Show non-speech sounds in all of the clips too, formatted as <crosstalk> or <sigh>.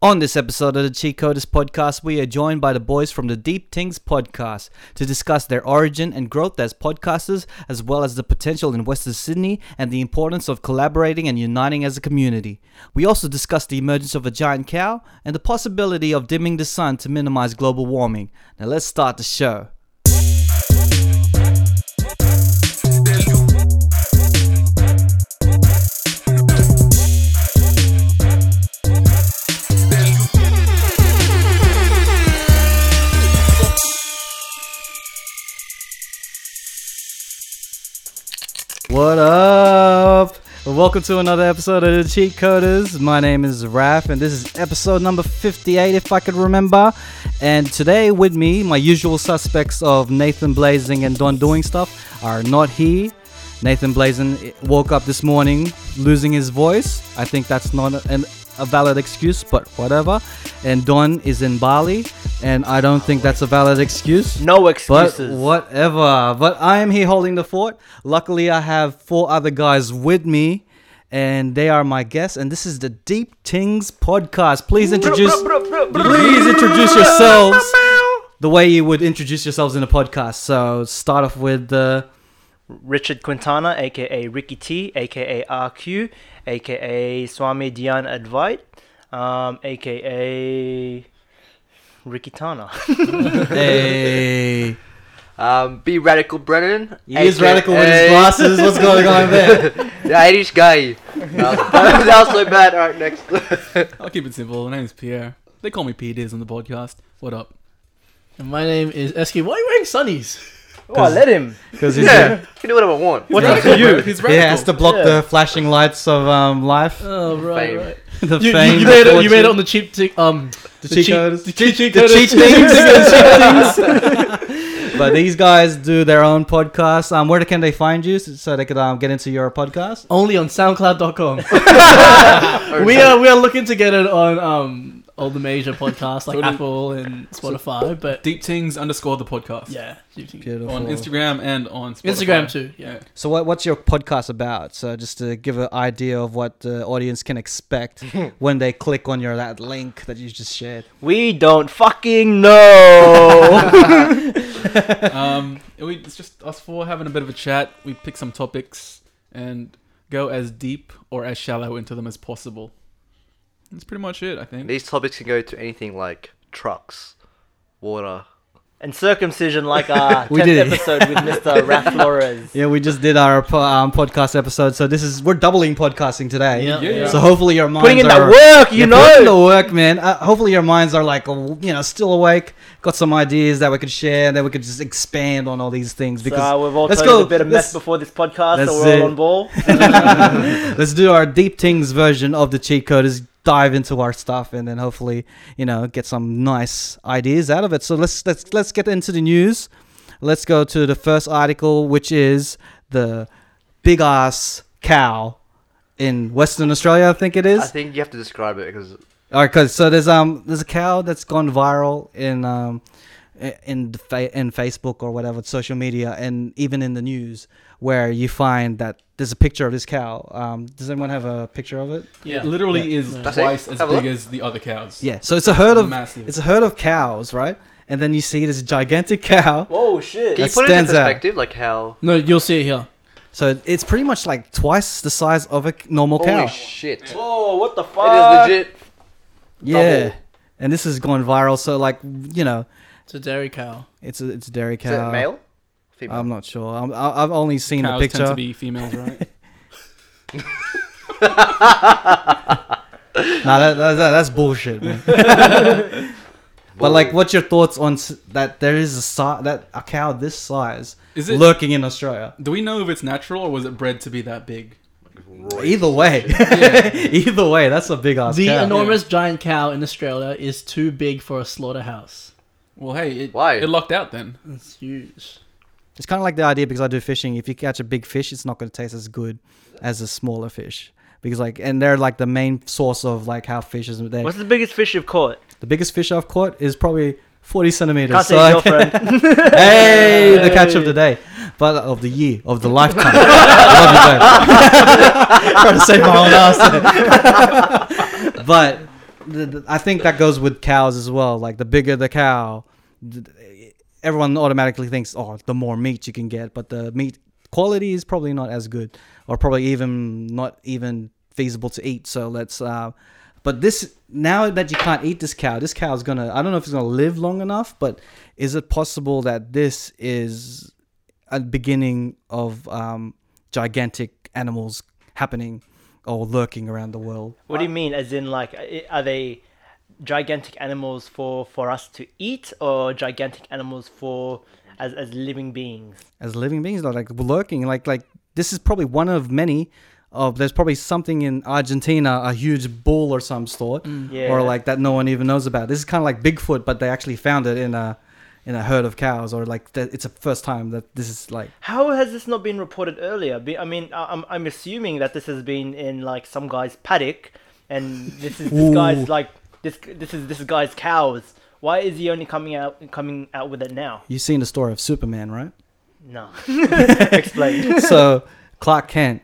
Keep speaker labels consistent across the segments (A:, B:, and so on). A: On this episode of the Cheat Coders podcast, we are joined by the boys from the Deep Things podcast to discuss their origin and growth as podcasters, as well as the potential in Western Sydney and the importance of collaborating and uniting as a community. We also discuss the emergence of a giant cow and the possibility of dimming the sun to minimize global warming. Now, let's start the show. What up? Welcome to another episode of the Cheat Coders. My name is Raph, and this is episode number 58, if I could remember. And today, with me, my usual suspects of Nathan Blazing and Don Doing Stuff are not here. Nathan Blazing woke up this morning losing his voice. I think that's not an, a valid excuse, but whatever. And Don is in Bali, and I don't think that's a valid excuse.
B: No
A: But
B: excuses.
A: whatever. But I am here holding the fort. Luckily, I have four other guys with me, and they are my guests. And this is the Deep Tings podcast. Please introduce, please introduce yourselves the way you would introduce yourselves in a podcast. So start off with
C: <laughs>
A: the
B: Richard Quintana, aka Ricky T, aka RQ, aka Swami Dhyan Advait, um, aka Ricky Tana.
A: hey,
D: Um, be radical, Brennan.
A: he is radical with
C: <laughs>
A: his
D: <laughs>
A: glasses. What's going on there?
D: The Irish guy. No, Um, that was also bad. All right, next.
E: I'll keep it simple. My name's Pierre. They call me P Diz on the podcast. What up?
C: And my name is Esky. Why are you wearing sunnies?
B: oh, let him.
A: Because he's
D: yeah, you can do whatever I want.
B: What
A: Yeah.
B: up to you?
E: <laughs> He's
A: he has to
E: radical.
A: block
B: Yeah.
A: the flashing lights of um, life. <laughs>
C: Oh right,
D: Fame.
C: right.
A: The
C: You, you-
A: fame.
C: you
A: the
C: made it. You
A: fortune.
C: made it on the cheap. T- um,
A: The cheat codes.
C: The cheat, the cheat,
A: the
C: codes.
A: cheat things. <laughs> but these guys do their own podcast. Um, where can they find you so so they could um, get into your podcast?
C: <laughs> Only on SoundCloud.com. <laughs> we are we are looking to get it on um all the major podcasts like
E: So do-
C: Apple and Spotify, but
E: Deep Things underscore the podcast.
C: yeah, cheap things.
A: Beautiful.
E: On Instagram and on Spotify.
C: Instagram too. Yeah.
A: So what, what's your podcast about? So just to give an idea of what the audience can expect when they click on your that link that you just shared.
B: We don't
A: <laughs>
B: fucking know.
E: <laughs> um, and we, it's just us four having a bit of a chat. We pick some topics and go as deep or as shallow into them as possible. That's pretty much it, I think.
D: These topics can go to anything like trucks, water.
B: and circumcision, like our
A: We
B: 10th
A: did it.
B: episode with Mr. Raph Flores.
A: Yeah, we just did our po- um, podcast episode, so this is we're doubling podcasting today.
C: Yeah.
E: Yeah.
A: So hopefully your minds
B: Putting in
A: are
B: that work, you
A: You're putting
B: know.
A: the work, man. Uh, hopefully your minds are like uh, you know still awake. Got some ideas that we could share, and then we could just expand on all these things because <laughs>
B: so uh, we've all
A: let's
B: told
A: go.
B: a bit of
A: Let's-
B: mess before this podcast,
A: That's
B: so we're
A: it.
B: all on ball.
A: Let's do our deep things version of the cheat coders. Dive into our stuff and then hopefully you know get some nice ideas out of it. So let's let's let's get into the news. Let's go to the first article, which is the big ass cow in Western Australia. I think it
D: I
A: is.
D: think you have to describe it because
A: All right, cause so there's um there's a cow that's gone viral in um i- in the fa- in Facebook or whatever social media and even in the news where you find that there's a picture of this cow. Um, does anyone have a picture of it?
E: It literally is
C: Yeah.
D: That's it.
E: twice as
D: Have a
E: big
D: look.
E: as the other cows.
A: Yeah. So it's a herd of
E: Massive.
A: it's a herd of cows, right? And then you see this gigantic cow.
B: Whoa, shit.
D: can you
A: That
D: put it in
A: stands out.
D: perspective, like how
C: No, you'll see it here.
A: So it's pretty much like twice the size of a c- normal cow.
D: holy shit, it is
B: Whoa, what the fuck?
D: legit.
A: yeah.
D: double.
A: And this has gone viral. So like you know
C: It's a dairy cow.
A: it's a, it's a dairy cow.
D: Is it male? Female.
A: I'm not sure. I'm, I- I've only seen
E: Cows
A: the picture.
E: tend to be females,
C: <laughs>
E: right?
A: nah, that, that, that- that's bullshit,
E: <laughs>
A: man. <laughs> but like, what's your thoughts on s- that? There is a si- that a cow this size
E: Is it?
A: lurking in Australia.
E: Do we know if it's natural or was it bred to be that big?
D: Roy.
A: Either way, <laughs> either way, that's a big ass
C: The
A: cow.
C: enormous giant cow in Australia is too big for a slaughterhouse.
E: Well, hey, it,
D: Why?
E: it locked out then.
C: It's huge.
A: it's kind of like the idea because I do fishing. If you catch a big fish, it's not going to taste as good as a smaller fish. Because like, and they're like the main source of like how fish is. They,
B: What's the biggest fish you've caught?
A: the biggest fish I've caught is probably forty centimeters.
B: Can't
A: so
B: say
A: I- <laughs>
B: girlfriend.
A: hey, the catch of the day, but of the year, of the lifetime. I love you, babe. Trying to save my own ass. there. <laughs> but th- th- I think that goes with cows as well. Like the bigger the cow, th- th- everyone automatically thinks, oh, the more meat you can get, but the meat quality is probably not as good, or probably even not even feasible to eat. So let's. Uh, but this now that you can't eat this cow, this cow is gonna. I don't know if it's gonna live long enough, but is it possible that this is a beginning of um, gigantic animals happening or lurking around the world?
B: What do you mean? As in, like, i- are they gigantic animals for for us to eat, or gigantic animals for as as living beings?
A: as living beings like lurking like like this is probably one of many of there's probably something in argentina a huge bull or some sort
B: Yeah.
A: or like that no one even knows about this is kind of like bigfoot but they actually found it in a in a herd of cows or like that it's a first time that this is like
B: How has this not been reported earlier? Be- I mean, I- I'm I'm assuming that this has been in like some guy's paddock, and this is this
A: Ooh.
B: guy's like this this is this guy's cows. Why is he only coming out coming out with it now?
A: you've seen the story of superman
B: <laughs>
A: right
B: No,
A: <laughs>
B: explain.
A: so Clark Kent,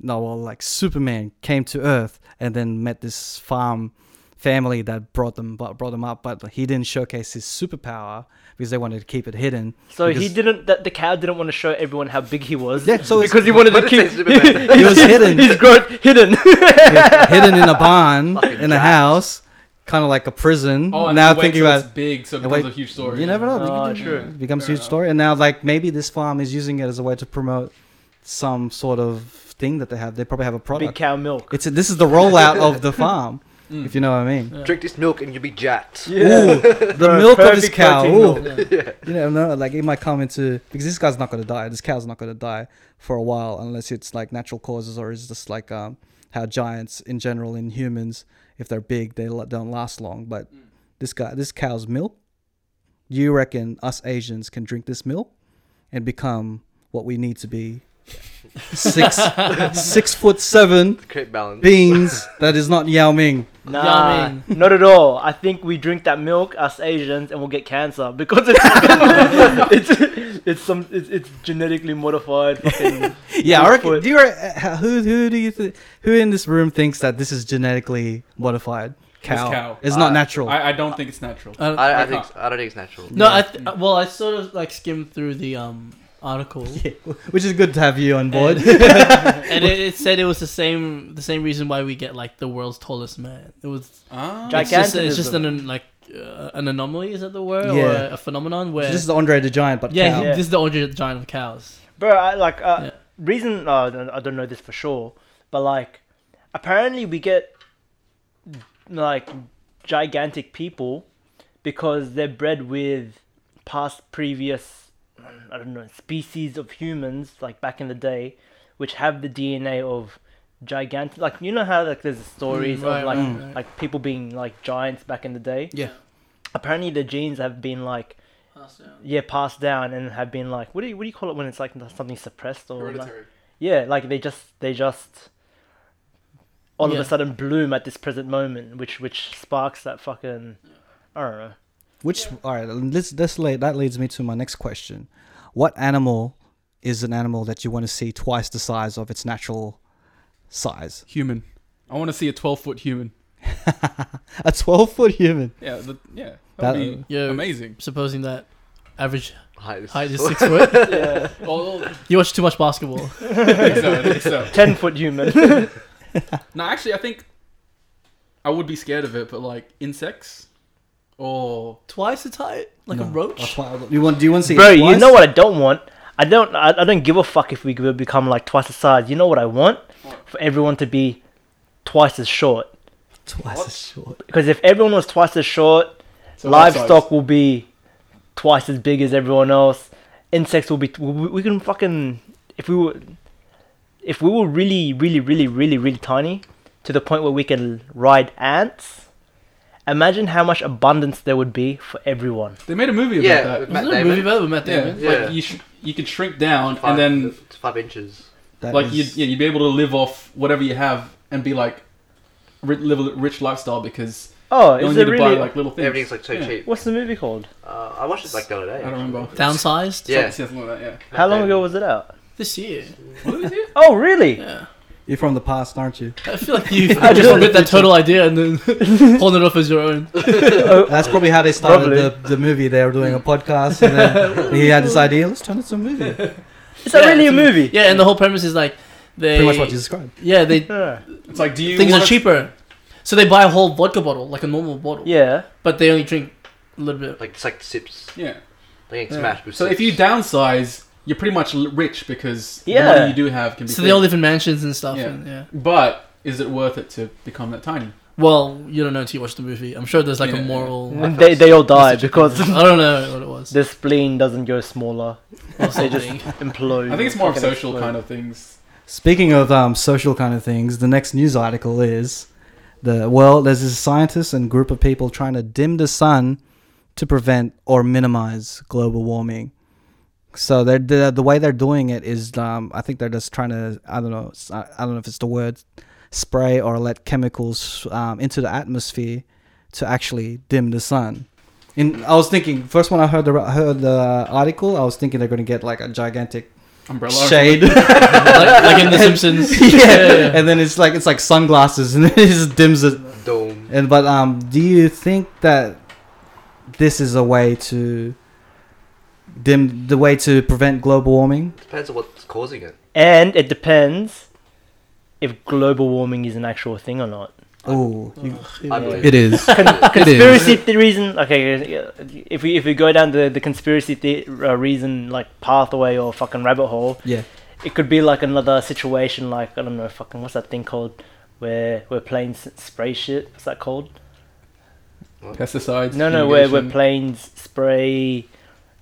A: no, well, like Superman came to Earth and then met this farm family that brought them but brought him up, but he didn't showcase his superpower because they wanted to keep it hidden.
B: So he
A: because
B: didn't. The, the cow didn't want to show everyone how big he was.
A: Yeah, so it's-
B: because <laughs> he wanted
D: But
B: to
D: it
B: keep
D: says
B: <laughs>
D: Superman.
A: He was hidden.
B: His growth hidden.
A: he was hidden in a barn, in a
D: giant.
A: house, kind of like a prison.
E: Oh, and
A: now
E: wait
A: thinking
E: till
A: about
E: it's big, so it
A: and
E: becomes
A: wait-
E: a huge story.
A: you never know.
B: Oh,
A: it
B: true.
A: becomes a
E: Fair
A: huge
E: enough.
A: story, and now like maybe this farm is using it as a way to promote some sort of thing that they have. They probably have a
B: Big
A: product.
B: cow milk.
A: It's a, this is the rollout of the farm,
E: <laughs> Mm.
A: if you know what I mean.
D: Drink this milk and you'll be jacked.
B: <laughs>
A: Ooh, the milk of his
B: perfect
A: cow.
B: protein
A: Ooh.
B: milk.
A: You never know, like it might come into because this guy's not gonna die. This cow's not gonna die for a while unless it's like natural causes or is just like um how giants in general in humans if they're big they la- don't last long. But
B: Mm.
A: this guy, this cow's milk, you reckon us Asians can drink this milk and become what we need to
B: <laughs>
A: be? six six foot seven
D: Create balance.
A: beings that is not Yao Ming.
B: Nah,
C: Yummy.
B: not at all. I think we drink that milk, us Asians, and we'll get cancer because it's <laughs> it's, it's some it's, it's genetically modified. Fucking,
A: <laughs> Yeah, I
B: Food
A: reckon.
B: for-
A: Do you, re- uh, who who do you th- who in this room thinks that this is genetically modified cow?
E: cow.
A: It's not
D: Uh,
A: natural.
E: I, I don't think it's natural.
C: I don't-
D: I, I
E: Okay.
D: think I don't think it's natural.
C: no, I th- uh, well, I sort of like skimmed through the um article,
A: <laughs> which is good to have you on board.
C: <laughs> and it, it said it was the same the same reason why we get like the world's tallest man. It was
E: Ah.
B: Jack-
C: it's just, it's just
B: Gigantism.
C: an like uh, an anomaly is that the word
A: Yeah.
C: or a phenomenon where
A: <laughs> this is the Andre the Giant, but
C: yeah,
A: cow.
C: he-
B: Yeah.
C: this is the Andre the Giant of cows.
B: bro, I, like uh,
C: Yeah.
B: reason uh, I don't- I don't know this for sure, but like apparently we get like gigantic people because they're bred with past previous I don't know species of humans like back in the day, which have the DNA of gigantic. Like you know how like there's stories
C: Mm, right,
B: of like
C: right, right.
B: like people being like giants back in the day.
C: Yeah.
B: Apparently the genes have been like yeah passed down and have been like what do you what do you call it when it's like something suppressed or like,
E: Hereditary.
B: yeah like they just they just all of
C: Yeah.
B: a sudden bloom at this present moment which which sparks that fucking I don't know
A: Which all right, this this late that leads me to my next question: What animal is an animal that you want to see twice the size of its natural size?
E: Human. I want to see a 12 foot human.
A: A twelve foot human.
E: Yeah, the, yeah.
A: That-
E: That would be
C: Yeah.
E: amazing.
C: Supposing that average
D: Hi, this
C: height
D: is- <laughs>
C: is six foot,
B: yeah
E: <laughs> Well,
A: <laughs>
C: you watch too much basketball.
E: I think so, I think so.
B: ten foot human
E: No, actually, I think I would be scared of it, but like insects or
C: Twice its height, like a
A: No,
C: roach.
A: twi- You want? Do you want to see?
B: bro
A: it
B: you
A: twice?
B: know what I don't want I don't I, I don't give a fuck if we g- become like twice the size you know what I want for everyone to be twice as short
A: Twice as short.
B: because if everyone was twice as short
E: So
B: livestock will be twice as big as everyone else. Insects will be. We, we can fucking if we were if we were really, really, really, really, really tiny to the point where we can ride ants. Imagine how much abundance there would be for everyone.
E: They made a movie about
D: Yeah, with
E: that.
C: Isn't
D: Matt
C: there a movie
D: Damon.
C: about it with Matt
E: Yeah,
C: Damon?
D: Yeah.
E: like you sh- you could shrink down
D: Five,
E: and then
D: it's five inches.
A: That
E: like
A: is-
E: you'd, yeah, you'd be able to live off whatever you have and be like ri- live a rich lifestyle because
B: Oh,
E: you
B: is
E: only
B: it
E: need to buy
B: really?
E: like little things.
D: Everything's like so
E: Yeah.
D: cheap.
B: what's the movie called?
D: Uh, I watched it like the other day.
E: I don't remember.
C: Downsized.
D: Yeah.
E: Something like that, yeah.
B: How long ago was it out?
C: This year.
E: What is it? <laughs>
B: Oh, really?
C: Yeah.
A: You're from the past, aren't you?
C: I feel like
B: <laughs>
C: you
B: I just
C: just bit that total idea and then <laughs> pulling it off as your own.
A: That's probably how they started
B: Probably.
A: the, the movie. They were doing a podcast, and then he had this idea. Let's turn it to a movie. Pretty
B: <laughs> Is that
C: Yeah,
B: really a
C: it's
B: movie?
C: Yeah, and the whole premise is like they.
A: much what you described.
C: Yeah, they
B: <laughs> Yeah.
E: It's like, do you
C: things are
E: wanna-
C: cheaper, so they buy a whole vodka bottle, like a normal bottle.
B: Yeah.
C: but they only drink a little bit.
D: Like it's like sips.
E: Yeah.
D: They get
E: yeah.
D: smashed with
E: So
D: sips.
E: if you downsize, you're pretty much l- rich because
B: Yeah.
E: the money you do have can be.
C: So
E: big.
C: they all live in mansions and stuff.
E: Yeah.
C: And, yeah.
E: But is it worth it to become that tiny?
C: Well, you don't know until you watch the movie. I'm sure there's like
E: Yeah.
C: a moral.
B: They, they all die because
C: <laughs> I don't know what it was.
B: <laughs> the spleen doesn't go smaller.
C: Or
B: They just
C: something.
B: implode.
E: I think it's more of social kind of things.
A: Speaking of um, social kind of things, the next news article is the well, there's this scientist and group of people trying to dim the sun to prevent or minimize global warming. So they're the, the way they're doing it is, um, I think they're just trying to, I don't know, s- I I don't know if it's the word spray or let chemicals um, into the atmosphere to actually dim the sun. In I was thinking first when I heard the heard the article, I was thinking they're going to get like a gigantic
E: Umbrella. or
A: shade
C: like, like in The <laughs> Simpsons.
A: yeah. and then it's like it's like sunglasses, <laughs> and it just dims it.
D: dome.
A: And but um, do you think that this is a way to dim the way to prevent global warming?
D: Depends on what's causing it.
B: And it depends if global warming is an actual thing or not.
A: Oh,
D: I believe
F: It is.
A: <laughs>
F: it is.
B: Conspiracy the reason. Okay, yeah, if we if we go down the the conspiracy the, uh, reason like pathway or fucking rabbit hole,
A: yeah.
B: it could be like another situation like I don't know fucking what's that thing called where where planes spray shit. What's that called?
E: Pesticides.
B: No, no, where where
E: irrigation.
B: planes spray.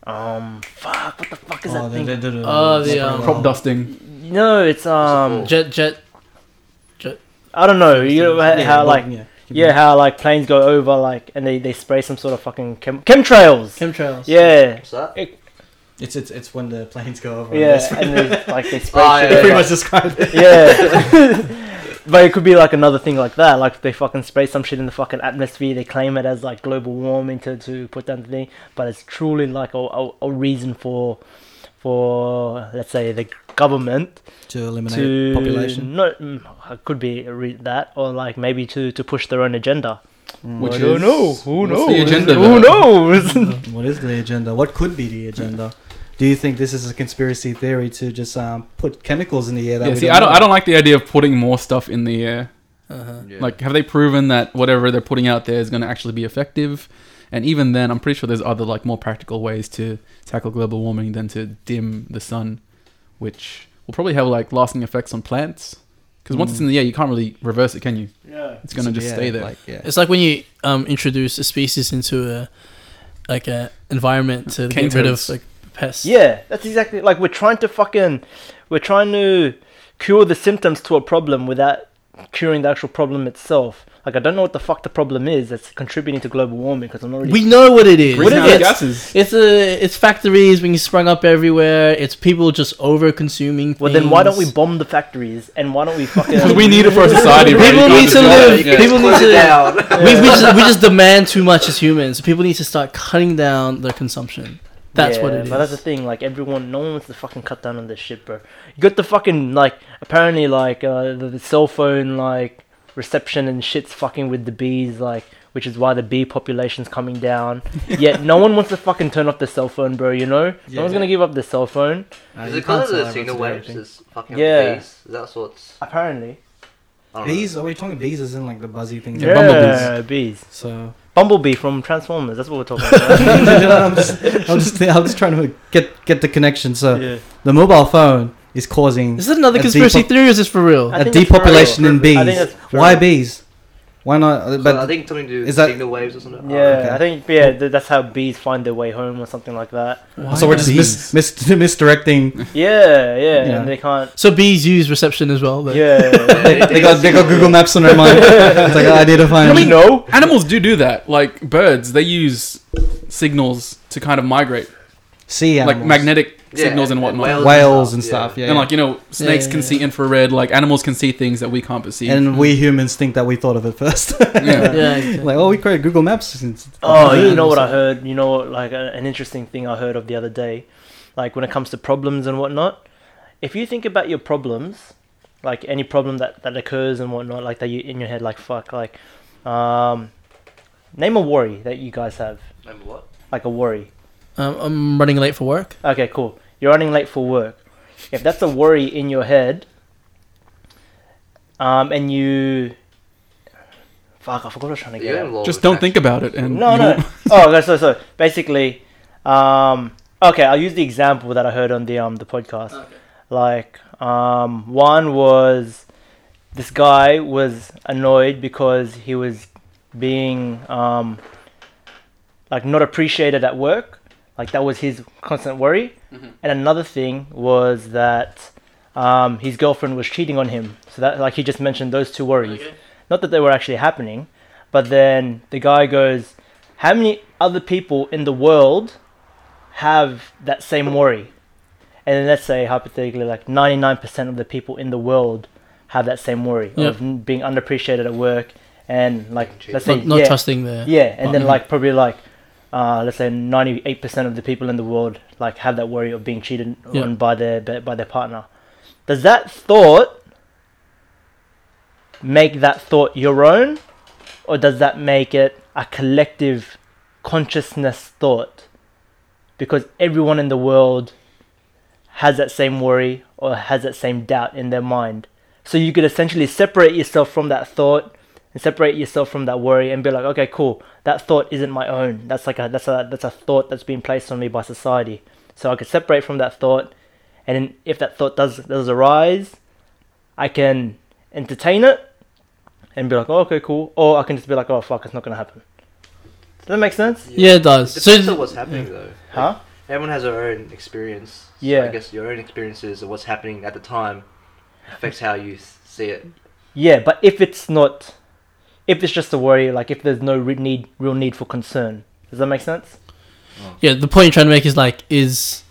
B: Um, fuck, what the fuck
A: Oh,
B: is that thing?
C: Oh, the, um,
E: crop dusting.
B: No, it's um,
D: called?
C: Jet, jet.
B: I don't know. You know how, how like
A: yeah,
B: yeah, how like planes go over like and they they spray some sort of fucking chem- chemtrails.
C: Chemtrails.
B: yeah,
D: What's that?
A: it's it's it's when the planes go over.
B: yeah, and they, like they spray
D: Ah,
B: shit.
D: yeah,
A: pretty
B: over.
A: much described. It.
B: Yeah. but it could be like another thing like that. Like they fucking spray some shit in the fucking atmosphere. They claim it as like global warming to, to put down the thing, but it's truly like a, a, a reason for for let's say the government
A: <laughs> To eliminate
B: to
A: population.
B: No, mm, it could be re- that or like maybe to to push their own agenda.
E: Which
B: I don't
E: is-
B: know. Who
E: what's
B: knows?
E: the agenda
B: Who
E: there?
B: knows?
A: what is the agenda? What could be the agenda? Do you think this is a conspiracy theory to just um, put chemicals in the air? That
E: Yeah,
A: we
E: see, I don't,
A: know?
E: I don't like the idea of putting more stuff in the air.
C: Uh-huh.
D: Yeah.
E: Like, have they proven that whatever they're putting out there is going to actually be effective? And even then, I'm pretty sure there's other like more practical ways to tackle global warming than to dim the sun, which will probably have like lasting effects on plants. Because once it's in the air, you can't really reverse it, can you?
B: yeah.
E: It's going to just
A: <laughs> Yeah,
E: stay there.
A: Like, yeah.
C: It's like when you um, introduce a species into a like a environment to
E: Cane
C: get rid of
E: toads.
C: like pests.
B: Yeah, that's exactly like we're trying to fucking we're trying to cure the symptoms to a problem without curing the actual problem itself. Like I don't know what the fuck the problem is that's contributing to global warming because I'm not really.
C: We know what it is.
B: What is
E: Greenhouse
B: it?
E: gases.
C: It's a it's factories being sprung up everywhere. It's people just over consuming.
B: well, then why don't we <laughs> bomb the factories and why don't we
E: Because <laughs>
B: fucking?
E: we need it for our society. right?
C: People
E: You can't
C: need
E: just
C: to
E: do that.
C: live.
E: Yeah.
C: People need
D: Close it
C: to.
D: down.
C: We, we, just, we just demand too much as humans. People need to start cutting down their consumption. That's what
B: Yeah,
C: it is.
B: But that's the thing. Like everyone, no one wants to fucking cut down on this shit, bro. You got the fucking like apparently like uh, the, the cell phone like reception and shit's fucking with the bees like. Which is why the bee population's coming
C: <laughs>
B: down. Yet no one wants to fucking turn off the cell phone, bro. You know, no one's gonna give up the cell phone.
A: Uh,
D: Is
A: you
D: it
A: can't
D: kind of
A: celebrate
D: the signal
A: today, I
D: waves
A: think.
D: is fucking
B: Yeah.
D: yeah. bees? Is that what's?
B: Apparently.
D: I don't know.
A: Bees? Are we oh, talking bees as in like the buzzy things?
E: Yeah, bumblebees.
B: bees.
A: So
B: Bumblebee from Transformers. That's what we're talking
C: <laughs>
B: about.
A: I'm, just, I'm just I'm just trying to get get the connection. So the mobile phone is causing
C: Is that another
A: A
C: conspiracy
A: depo-
C: theory? Or is this for real?
B: I
A: a
B: think that's
A: depopulation in
D: for
A: bees.
B: real. I think that's for
A: Why
B: real.
A: bees? Why not? uh,
D: So I
A: But
D: think something to do with
A: is that-
D: signal waves or something.
B: Yeah,
A: okay.
B: I think yeah, th- that's how bees find their way home or something like
C: <laughs>
B: that.
A: so we're just mis, mis,
D: <laughs>
A: misdirecting.
B: Yeah, yeah,
A: Yeah.
B: and they can't.
C: So bees use reception as well.
B: <laughs>
C: But
B: Yeah,
C: <laughs>
A: they, they got they got Google Maps on their
D: <laughs>
A: mind. It's like oh, I need to find.
B: we know.
E: Animals do do that. Like birds, they use signals to kind of migrate,
A: sea animals,
E: like magnetic
D: Yeah,
E: signals and
D: and
E: whatnot.
D: whales
A: whales and stuff. Yeah,
E: And like E you know, snakes
C: yeah,
E: can
C: yeah.
E: see infrared. Like animals can see things that we can't perceive.
A: and we humans think that we thought of it first. <laughs>
E: yeah.
C: yeah. exactly.
A: like oh, we created Google Maps. and it's-
B: Oh, you know
A: Yeah.
B: what I heard? You know, what, like a, an interesting thing I heard of the other day, like when it comes to problems and whatnot. If you think about your problems like any problem that that occurs and whatnot, like that you in your head, like fuck, like, um, name a worry that you guys have,
D: Name what?
B: like a worry.
C: Um, I'm running late for work.
B: Okay, cool. You're running late for work. If that's a worry in your head, um, and you, fuck, I forgot what I was trying to get.
D: You're
B: at.
D: in law
E: Just
D: with
E: don't
D: that.
E: think about it. And
B: No,
E: you <laughs>
B: no.
E: won't-
B: oh, okay, so so basically, um, okay, I'll use the example that I heard on the um the podcast. Like, um, one was this guy was annoyed because he was being um like not appreciated at work. Like that was his constant worry. And another thing was that um, his girlfriend was cheating on him. So that like he just mentioned those two worries. Not that they were actually happening, but then the guy goes, "How many other people in the world have that same worry?" And then let's say hypothetically, like ninety-nine percent of the people in the world have that same worry
C: Yeah.
B: of n- being underappreciated at work and like let's say
C: Not, not
B: yeah,
C: trusting there.
B: yeah, and then
C: partner.
B: like probably like uh, let's say ninety eight percent of the people in the world like have that worry of being cheated
C: Yeah.
B: on by their by by their partner. Does that thought make that thought your own, or does that make it a collective consciousness thought? Because everyone in the world has that same worry or has that same doubt in their mind. So you could essentially separate yourself from that thought and separate yourself from that worry and be like, okay, cool, that thought isn't my own. That's like a that's a that's a thought that's been placed on me by society. So I could separate from that thought, and then if that thought does does arise, I can entertain it and be like, oh, okay, cool, or I can just be like, oh fuck, it's not gonna happen. Does that make sense?
C: Yeah, it does.
D: Depends
C: So
D: on what's happening though.
B: Huh?
D: Everyone has their own experience. So
B: Yeah.
D: I guess your own experiences of what's happening at the time affects how you s- see it.
B: Yeah, but if it's not, if it's just a worry, like if there's no re- need, real need for concern, does that make sense?
C: yeah, the point you're trying to make is like is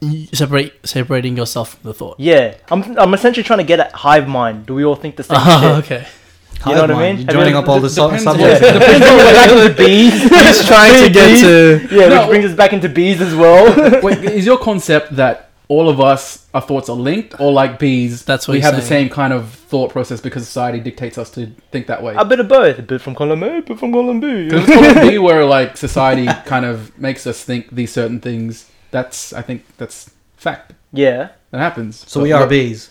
C: you separate separating yourself from the thought.
B: Yeah, I'm I'm essentially trying to get at hive mind. Do we all think the
C: <laughs>
B: same shit?
C: Ah, okay.
B: You know what I mean?
A: You're
B: I
A: joining
B: mean,
A: up all the
E: it
A: sub-
E: depends-
A: subjects. <laughs>
E: yeah.
A: He's trying to get to.
B: Yeah,
E: No.
B: which brings us back into bees as <laughs> well.
E: Wait, is your concept that all of us our thoughts are linked, or like bees,
C: That's what
E: we
C: he's
E: have the
C: saying.
E: same kind of thought process because society dictates us to think that way?
B: a bit of both. A bit from column A, a bit from column B.
E: Because it's probably be where like society <laughs> kind of makes us think these certain things. That's I think that's fact
B: Yeah.
E: that happens.
A: So
E: But-
A: we are bees.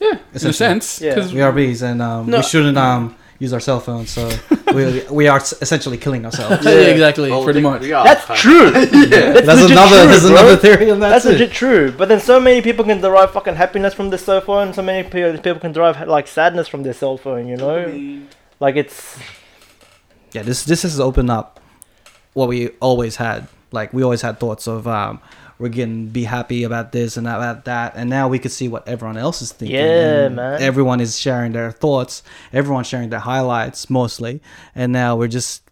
E: yeah, in a
A: Essentially.
E: sense.
B: Yeah.
E: 'cause
A: We are bees, and um,
C: No.
A: we shouldn't um, use our cell phones.
E: <laughs>
A: So we we are s- essentially killing ourselves.
C: Yeah,
B: Yeah.
C: <laughs> exactly.
D: Well,
E: pretty
D: we-
E: much.
D: We are
B: That's
D: kind of-
B: <laughs> true. That's,
A: There's
B: legit
A: another.
B: true,
A: There's
B: bro.
A: another theory on that
B: That's
A: too.
B: legit true. But then so many people can derive fucking happiness from their cell phone. So many pe- people can derive like sadness from their cell phone. You know, like it's
A: Yeah, this this has opened up what we always had. Like we always had thoughts of um, we're gonna be happy about this and about that, and now we could see what everyone else is thinking.
B: Yeah,
A: and
B: man.
A: Everyone is sharing their thoughts. Everyone's sharing their highlights mostly, and now we're just.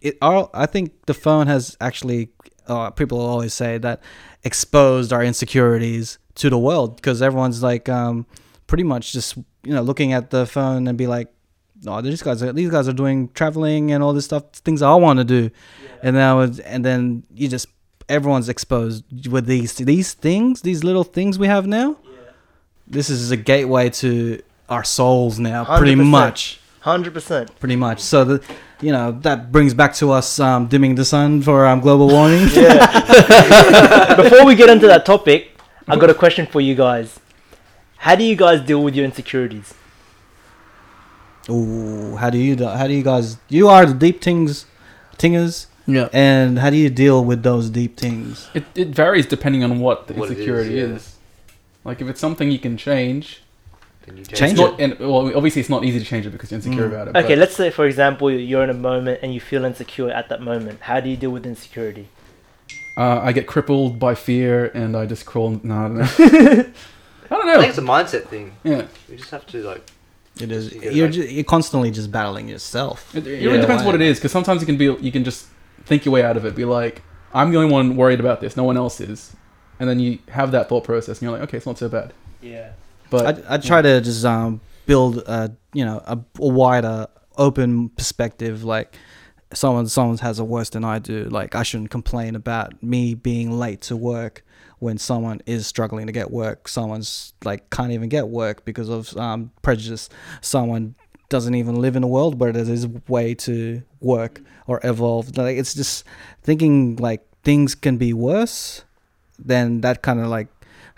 A: It, our, I think the phone has actually. Uh, people always say that exposed our insecurities to the world because everyone's like um, pretty much just you know looking at the phone and be like oh, these guys are these guys are doing traveling and all this stuff, things I want to do, and then I was, and then you just everyone's exposed with these these things, these little things we have now. This is a gateway to our souls now, pretty
B: 100%.
A: much,
B: hundred <laughs> percent.
A: pretty much. So that you know that brings back to us um, dimming the sun for um, global warming.
B: Yeah. Before we get into that topic, I got a question for you guys. How do you guys deal with your insecurities?
A: Ooh, how do you do, how do you guys? You are the deep things, tingers,
C: Yeah.
A: and how do you deal with those deep things?
E: It, it varies depending on what the
D: What it is,
E: insecurity
D: yeah.
E: is, Like if it's something you can change,
D: Then you
A: Change
E: it's
A: it.
E: not, and well, obviously it's not easy to change it because you're insecure
A: Mm.
E: about it.
B: Okay,
E: but
B: let's say for example you're in a moment and you feel insecure at that moment. How do you deal with insecurity?
E: uh, I get crippled by fear and I just crawl. No, I don't know. <laughs> I don't
D: I think
E: know.
D: it's a mindset thing.
E: Yeah,
D: You just have to like.
A: It is
D: You get
A: you're
D: like-
A: ju- you're constantly just battling yourself.
E: it, it
B: Yeah.
E: really depends what
A: Why?
E: it is because sometimes you can be you can just think your way out of it. Be like, I'm the only one worried about this. No one else is, and then you have that thought process and you're like, okay, it's not so bad.
B: Yeah.
E: But
A: I, I try to just um, build a you know a, a wider open perspective like someone someone has it worse than I do. Like I shouldn't complain about me being late to work when someone is struggling to get work. Someone's like can't even get work because of um, prejudice. Someone doesn't even live in a world where there is way to work or evolve. Like it's just thinking like things can be worse. Then that kind of like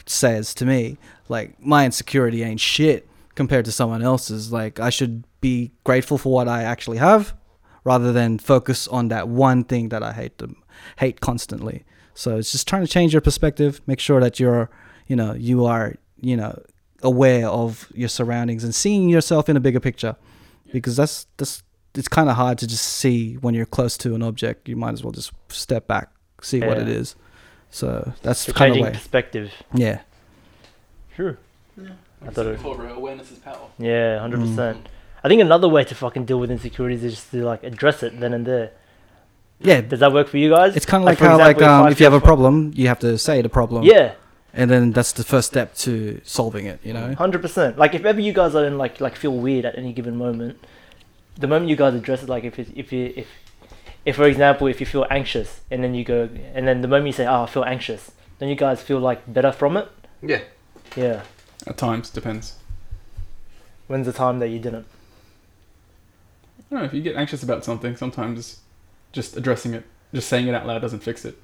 A: says to me like my insecurity ain't shit compared to someone else's. Like I should be grateful for what I actually have rather than focus on that one thing that I hate to hate constantly. So it's just trying to change your perspective, make sure that you're, you know, you are, you know, aware of your surroundings and seeing yourself in a bigger picture, because that's that's it's kind of hard to just see when you're close to an object. You might as well just step back, see what it
B: Yeah.
A: is. So that's
B: So
A: the kind of
B: changing
A: way.
B: perspective.
A: Yeah.
B: Sure. I thought it,
E: awareness is power.
B: yeah, hundred
A: Mm.
B: percent. I think another way to fucking deal with insecurities is just to like address it then and there.
A: Yeah.
B: Does that work for you guys?
A: It's kind of
B: Like,
A: like,
B: for
A: how,
B: example,
A: like,
B: if
A: um,
B: I
A: if you have
B: feel
A: a
B: fu-
A: problem, you have to say the problem.
B: Yeah,
A: And then that's the first step to solving it, you know?
B: hundred percent. Like if ever you guys are in like like feel weird at any given moment, the moment you guys address it, like if it's, if you if if for example if you feel anxious and then you go and then the moment you say oh I feel anxious, then you guys feel like better from it.
D: Yeah.
B: Yeah.
E: At times, depends.
B: When's the time that you didn't?
E: I don't know if you get anxious about something, sometimes just addressing it, just saying it out loud doesn't fix it.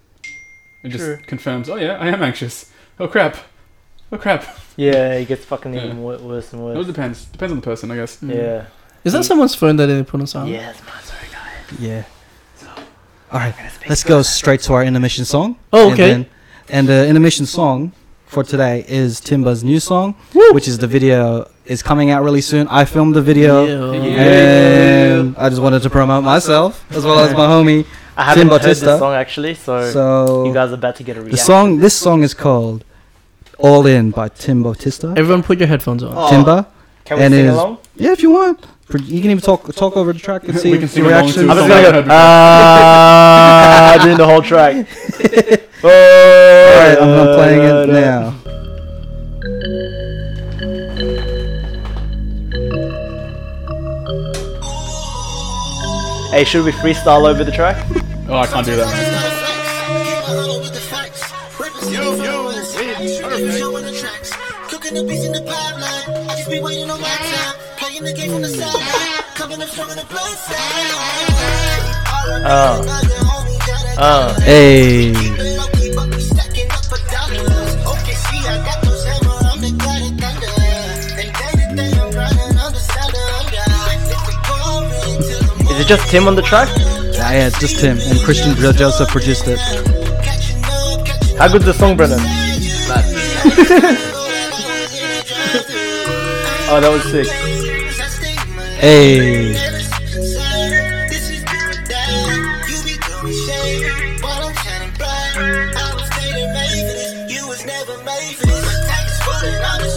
E: It just
B: True.
E: confirms, oh yeah, I am anxious. Oh crap. Oh crap.
B: Yeah, it gets fucking even
E: Yeah.
B: wor- worse and
E: It all
B: worse.
E: depends. Depends on the person, I guess.
B: Yeah.
C: Is that someone's phone that they put on silent?
B: Yes, man. Sorry, guys.
A: Yeah. All right, let's go straight to our intermission song.
C: Oh,
A: And
C: okay.
A: then- And, the intermission song for today is Timba's new song, which is the video is coming out really soon. I filmed the video. And I just wanted to promote myself as well as my homie.
B: I haven't
A: Tim
B: heard this
A: Bautista.
B: song actually, so, you
A: So
B: guys are about to get a
A: the
B: reaction.
A: song, this song is called "All In" by Tim Bautista.
C: Everyone put your headphones on.
D: Oh.
A: Timba,
B: Can we
A: and
B: sing
A: it is-
B: along?
A: yeah, if you want, you can even talk talk over the track and see
E: <laughs> We can sing
A: the
E: along
A: reaction.
E: too.
B: I'm just
E: Song
B: gonna
E: I've
B: go
E: heard before.
A: <laughs>
B: ah doing the whole track.
A: All right,
B: Alright,
A: I'm, I'm playing
B: Oh,
A: it
E: <laughs>
A: now.
B: Hey, should we freestyle over the track?
E: Oh, I can't do that. man.
F: Yo, yo, Cooking the beats in the pipeline. I just be waiting on my time. Playing the game from the sideline. Coming up strong on the blood side. Uh.
B: Uh.
A: Hey,
F: "Oh,
B: Is it just Tim on the track?
A: yeah, yeah, it's just Tim and Christian Bro Joseph produced it.
B: How good's the
A: <laughs>
B: song, Brennan? oh, that was sick.
A: Hey,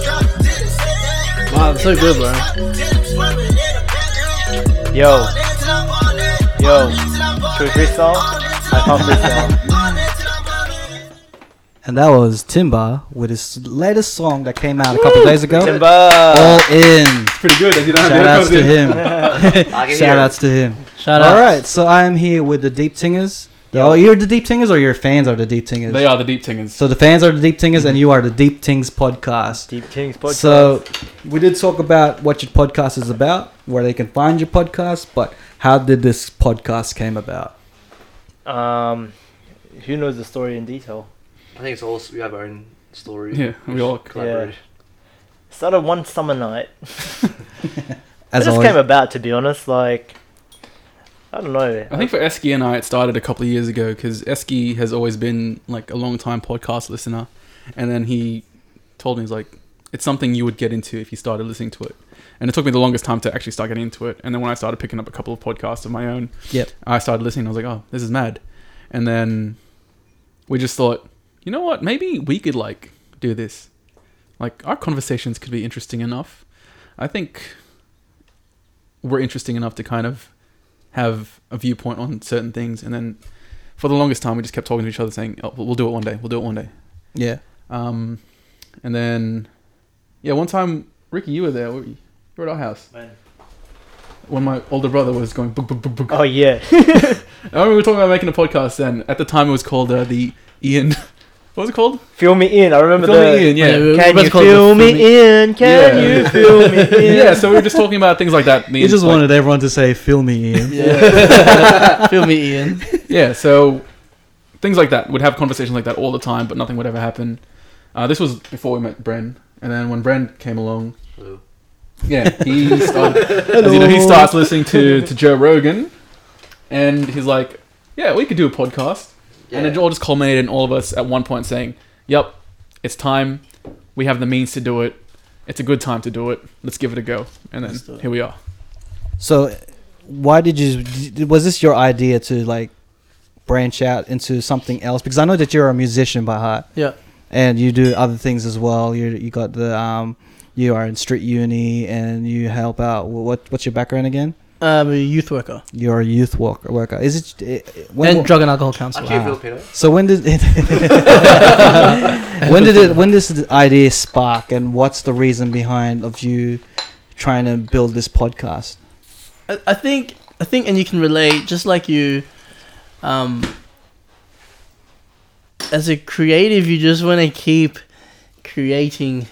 C: Wow, that's so good, bro.
B: Yo, yo, should we freestyle? I can't freestyle.
A: and that was Timba with his latest song that came out a couple days ago.
B: Timber.
A: All in.
E: Pretty good. and you don't have
A: Shout
E: the
A: outs
E: headphones
A: to him.
E: in.
D: I can
A: Shout
D: hear
A: outs to him.
C: Shout out.
A: All right, so I am here with the Deep Tingers. Oh, you're the Deep Tingers, or your fans are the Deep Tingers.
E: They are the deep tingers.
A: So the fans are the Deep Tingers, and you are the Deep Tings podcast.
B: Deep Kings podcast.
A: So
B: uh,
A: we did talk about what your podcast is about, where they can find your podcast, but how did this podcast came about?
B: um, who knows the story in detail?
D: I think it's all we have our own story.
E: Yeah, we all
D: collaborate.
B: Started one summer night.
A: As
B: it just
A: always,
B: came about, to be honest. Like, I don't know.
E: I think for Eski and I, it started a couple of years ago because Eski has always been like a long time podcast listener, and then he told me he's like, it's something you would get into if you started listening to it, and it took me the longest time to actually start getting into it. And then when I started picking up a couple of podcasts of my own,
A: Yep.
E: I started listening. I was like, oh, this is mad, and then we just thought, you know what, maybe we could like do this, like our conversations could be interesting enough. I think we're interesting enough to kind of have a viewpoint on certain things, and then for the longest time we just kept talking to each other, saying, "Oh, we'll do it one day. We'll do it one day."
A: yeah,
E: Um, and then, yeah, one time Ricky, you were there. were you? You were at our house.
B: When?
E: when my older brother was going. Book, book, book, book.
B: Oh yeah.
E: I remember we were talking about making a podcast, and at the time it was called uh, the Ian. <laughs> What was it called?
B: Feel me in. I remember
E: Filming
B: the.
E: Ian. Yeah.
C: we-
B: Can
C: we
B: you
C: called it
B: feel me,
C: filming-
B: in? Can
E: Yeah.
B: you feel me <laughs>
E: yeah.
B: in?
E: So we were just talking about things like that.
A: You just
E: like-
A: wanted everyone to say, "Fill me <laughs> in."
C: Yeah. Feel me, Ian.
E: yeah, so things like that. We'd have conversations like that all the time, but nothing would ever happen. Uh, this was before we met Bren, and then when Bren came along,
D: Hello.
E: yeah,
D: <laughs>
E: he started. as you know, he starts listening to to Joe Rogan, and he's like, "Yeah, we could do a podcast." And it
D: Yeah.
E: all just culminated in all of us at one point saying, "Yep, it's time. We have the means to do it. It's a good time to do it. Let's give it a go." And
C: Let's do
E: then
C: it.
E: here we are.
A: So, why did you? Was this your idea to like branch out into something else? Because I know that you're a musician by heart.
C: Yeah.
A: And you do other things as well. You you got the um, you are in street uni and you help out. Wh- What what's your background again?
C: Um, a youth worker
A: You're a youth work, worker. Is it eh,
C: and
A: when?
C: drug and alcohol counselor.
D: Aren't you
A: Wow.
D: a Filipino?
A: so when did it <laughs> when did it when does the idea spark and what's the reason behind of you trying to build this podcast?
C: I, I think I think, and you can relate, just like you, um, as a creative, you just want to keep creating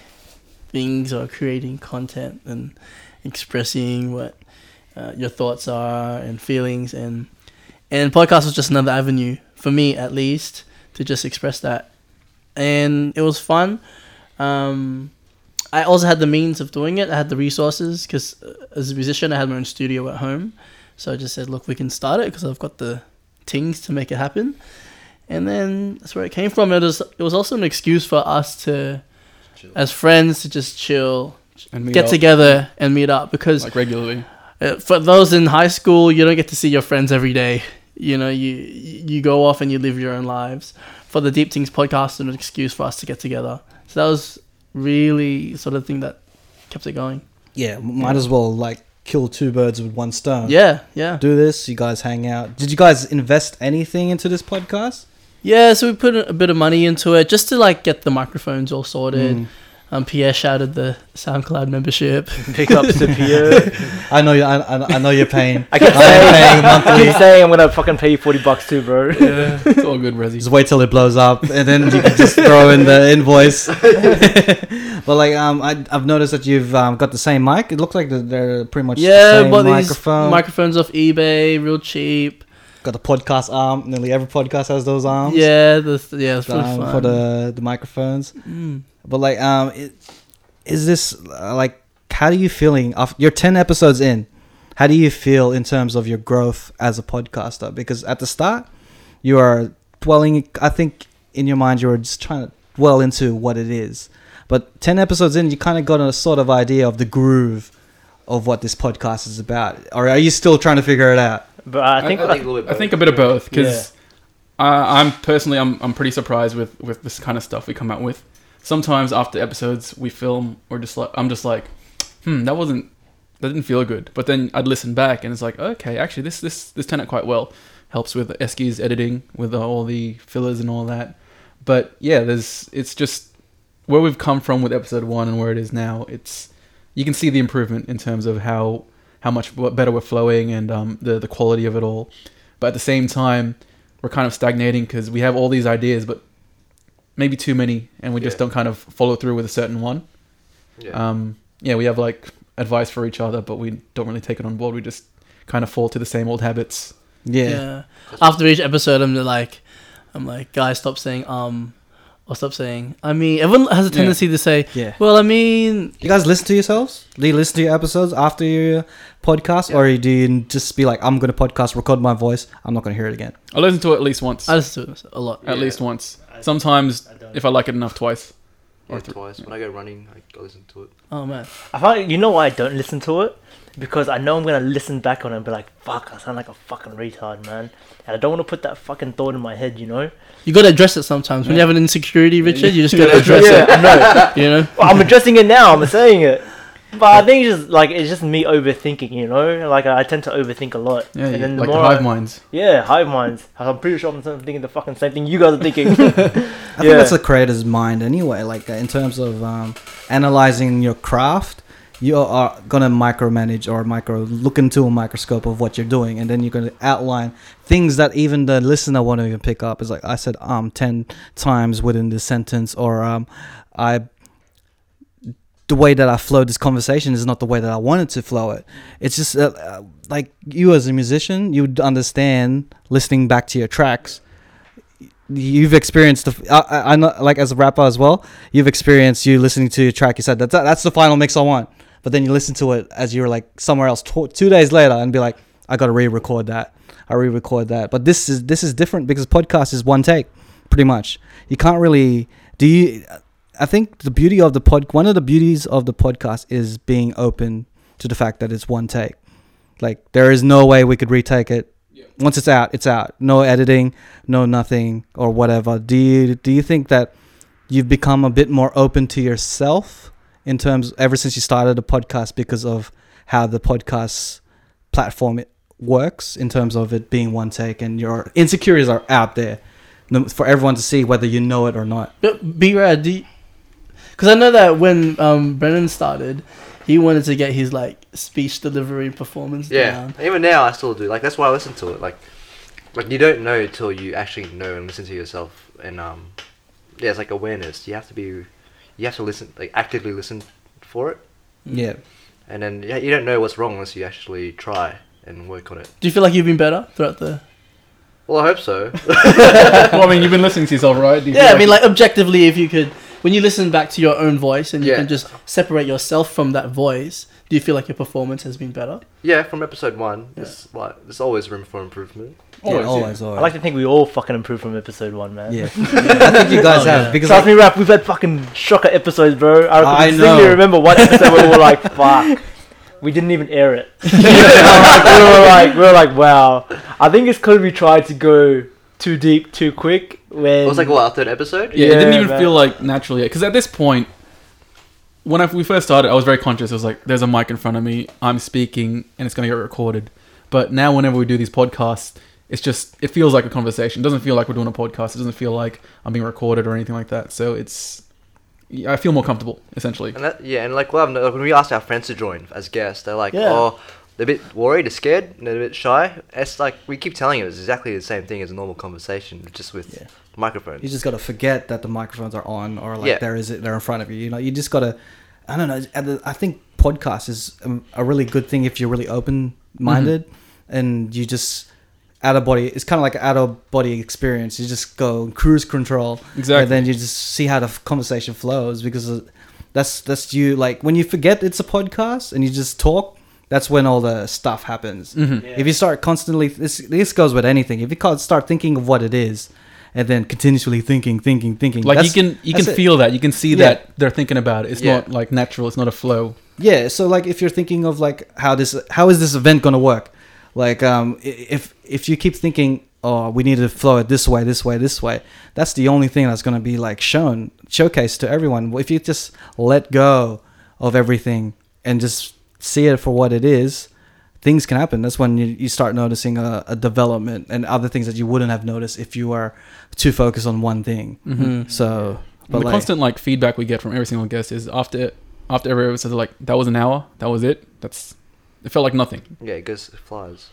C: things or creating content and expressing what uh, your thoughts are and feelings and and podcast was just another avenue for me at least to just express that and it was fun um, i also had the means of doing it i had the resources because as a musician, I had my own studio at home, so I just said, "Look, we can start it because I've got the things to make it happen." And then that's where it came from. It was it was also an excuse for us to,
D: Chill.
C: as friends, to just chill,
E: And we
C: get
E: are,
C: together, and meet up because
E: like regularly.
C: uh, for those in high school, you don't get to see your friends every day. You know, you you go off and you live your own lives. For the Deep Things podcast, an excuse for us to get together. So that was really sort of thing that kept it going.
A: Yeah, might as well like kill two birds with one stone.
C: Yeah, yeah.
A: do this. You guys hang out. Did you guys invest anything into this podcast?
C: Yeah, so we put a a bit of money into it just to like get the microphones all sorted.
A: Mm.
C: Um, Pierre shouted the SoundCloud membership.
B: Pick up <laughs> Sapir.
A: I know. I, I, I know your
C: <laughs>
A: pain.
B: I keep
A: I'm paying
B: saying, <laughs> I keep
A: monthly.
B: saying I'm gonna fucking pay you forty bucks too, <laughs> bro.
E: it's all good, Resi.
A: Just wait till it blows up, and then you can just throw in the
C: <laughs>
A: invoice. but like, um, I, I've noticed that you've um, got the same mic. It looks like they're- they're pretty much the
C: yeah,
A: same
C: but these
A: microphone.
C: microphones off eBay, real cheap.
A: got the podcast arm. Nearly every podcast has those arms.
C: Yeah, the yeah, it's
A: The
C: really
A: arm
C: fun.
A: for the the microphones.
C: Mm.
A: But like, um, it, is this uh, like how do you feeling? Off, you're ten episodes in. How do you feel in terms of your growth as a podcaster? Because at the start, you are dwelling. I think in your mind, you were just trying to dwell into what it is. But ten episodes in, you kind of got a sort of idea of the groove of what this podcast is about. Or are you still trying to figure it out?
B: But I think
D: I think a little bit.
E: I
D: both.
E: think a bit of both because I'm personally I'm I'm pretty surprised with with this kind of stuff we come out with. Sometimes after episodes we film, we're just like I'm just like, hmm, that wasn't that didn't feel good. But then I'd listen back and it's like, okay, actually this this this turned out quite well. Helps with Eski's editing with all the fillers and all that. But yeah, there's it's just where we've come from with episode one and where it is now. It's you can see the improvement in terms of how how much better we're flowing and um, the the quality of it all. But at the same time, we're kind of stagnating because we have all these ideas, but maybe too many, and we just
D: Yeah.
E: don't kind of follow through with a certain one.
D: Yeah.
E: Um, yeah, we have like advice for each other, but we don't really take it on board. We just kind of fall to the same old habits.
C: Yeah. After each episode, I'm like, I'm like, guys, stop saying um, or stop saying. I mean, everyone has a
E: Yeah.
C: tendency to say,
A: Yeah.
C: well, I mean,
A: You guys listen to yourselves? Do you listen to your episodes after your podcast, or do you just be like, "I'm going to podcast, record my voice. I'm not going to hear it again."
E: I listen to it at least once.
C: I listen to it a lot.
E: at
D: Yeah.
E: least once.
B: I-
E: Sometimes,
B: I don't.
E: if I like it enough, twice.
D: Yeah,
E: or th-
D: twice. When I go running, I I listen to it.
C: Oh man,
B: I find you know why I don't listen to it because I know I'm gonna listen back on it and be like, "Fuck, I sound like a fucking retard, man," and I don't want to put that fucking thought in my head, you <laughs> know.
C: you gotta address it sometimes. When you
E: Yeah.
C: have an insecurity, Richard, you <laughs> just
E: you
C: gotta address
B: yeah, I know.
C: it. <laughs> You know.
B: Well, I'm addressing it now. I'm saying it, but I think it's just like it's just me overthinking, you know. Like I tend to overthink a lot.
E: Yeah,
B: and
E: you-
B: then the
E: like the
B: more
E: hive
B: I-
E: minds.
B: Yeah, hive minds. I'm pretty sure I'm thinking the fucking same thing you guys are thinking.
A: I
B: Yeah.
A: think that's a creator's mind anyway. Like uh, in terms of um, analyzing your craft, you are gonna micromanage or micro look into a microscope of what you're doing, and then you're gonna outline things that even the listener won't even pick up. It's like I said um ten times within this sentence, or um I the way that I flowed this conversation is not the way that I wanted to flow it. It's just uh, uh, like you as a musician, you would understand listening back to your tracks. You've experienced the I, I, I know like as a rapper as well. You've experienced you listening to your track. You said that's that's the final mix I want, but then you listen to it as you're like somewhere else tw- two days later and be like, I got to re-record that. I re-record that. But this is this is different because podcast is one take, pretty much. You can't really do you. I think the beauty of the pod, one of the beauties of the podcast is being open to the fact that it's one take. Like there is no way we could retake it. Once it's out, it's out. No editing, no nothing or whatever. Do you do you think that you've become a bit more open to yourself in terms ever since you started the podcast because of how the podcast platform it works in terms of it being one take and your insecurities are out there no- for everyone to see whether you know it or not.
C: But B Rad, do because I know that when um, Brennan started, he wanted to get his like speech delivery performance
D: Yeah.
C: down.
D: Even now, I still do. Like that's why I listen to it. Like, like you don't know till you actually know and listen to yourself. And um, yeah, it's like awareness. You have to be, you have to listen, like actively listen for it.
A: Yeah.
D: And then yeah, you don't know what's wrong unless you actually try and work on it.
C: Do you feel like you've been better throughout the?
D: Well, I
E: <laughs>
D: hope so.
E: <laughs> well, I mean, you've been listening to
B: <laughs>
E: yourself, right? Do you
C: Yeah,
E: feel
C: I mean, like objectively, if you could, when you listen back to your own voice and you
D: Yeah.
C: can just separate yourself from that voice, do you feel like your performance has been better?
D: yeah, from episode one, it's like there's always room for improvement.
A: yeah,
E: always,
A: always, always.
B: I like to think we all fucking improved from episode one, man. <laughs>
A: yeah. I think you guys have because
B: Trust
A: like,
B: me, rap. We've had fucking shocker episodes, bro. I,
A: I
B: I
A: know.
B: distinctly remember one episode where we
A: <laughs>
B: were like, "Fuck," we didn't even air it. <laughs> we were like, we were like, "Wow." I think it's because we tried to go too deep, too quick. When
D: It was like what our third episode.
E: Yeah, it didn't
B: Yeah,
E: even
B: man.
E: feel like naturally because at this point, when I, we first started, I was very conscious. I was like, "There's a mic in front of me. I'm speaking, and it's going to get recorded." But now, whenever we do these podcasts, it's just it feels like a conversation. It doesn't feel like we're doing a podcast. It doesn't feel like I'm being recorded or anything like that. So it's yeah, I feel more comfortable essentially.
D: And that, yeah, and like well, when we asked our friends to join as guests, they're like,
C: Yeah.
D: oh, they're a bit worried, they're scared, and they're a bit shy. It's like we keep telling you, it's exactly the same thing as a normal conversation, just with
C: Yeah.
D: microphones.
A: you just gotta forget that the microphones are on or like
D: Yeah.
A: there is it they're in front of you. You know, you just gotta. I don't know. at the- I think podcast is um, a really good thing if you're really open minded and you just out of body. It's kind of like an out of body experience. You just go cruise control.
E: Exactly.
A: And then you just see how the f- conversation flows because of- that's that's you like when you forget it's a podcast and you just talk. That's when all the stuff happens.
E: Mm-hmm.
A: If you start constantly, this this goes with anything. If you can't start thinking of what it is, and then continuously thinking, thinking, thinking,
E: Like you
A: that's-
E: can you
A: that's
E: can
A: it.
E: feel that you can see
A: Yeah.
E: that they're thinking about it. It's
D: Yeah.
E: not like natural. It's not a flow.
A: Yeah, so like if you're thinking of like how this how is this event gonna work, like um i- if if you keep thinking oh we need to flow it this way this way this way that's the only thing that's gonna be like shown showcased to everyone. If you just let go of everything and just see it for what it is, things can happen. That's when you, you start noticing a, a development and other things that you wouldn't have noticed if you were too focused on one thing.
C: Mm-hmm.
A: So,
E: And
A: but
E: the
A: like,
E: constant like feedback we get from every single guest is after after every episode, they're like, "That was an hour. That was it. That's." It felt like nothing.
D: yeah, it goes it flies.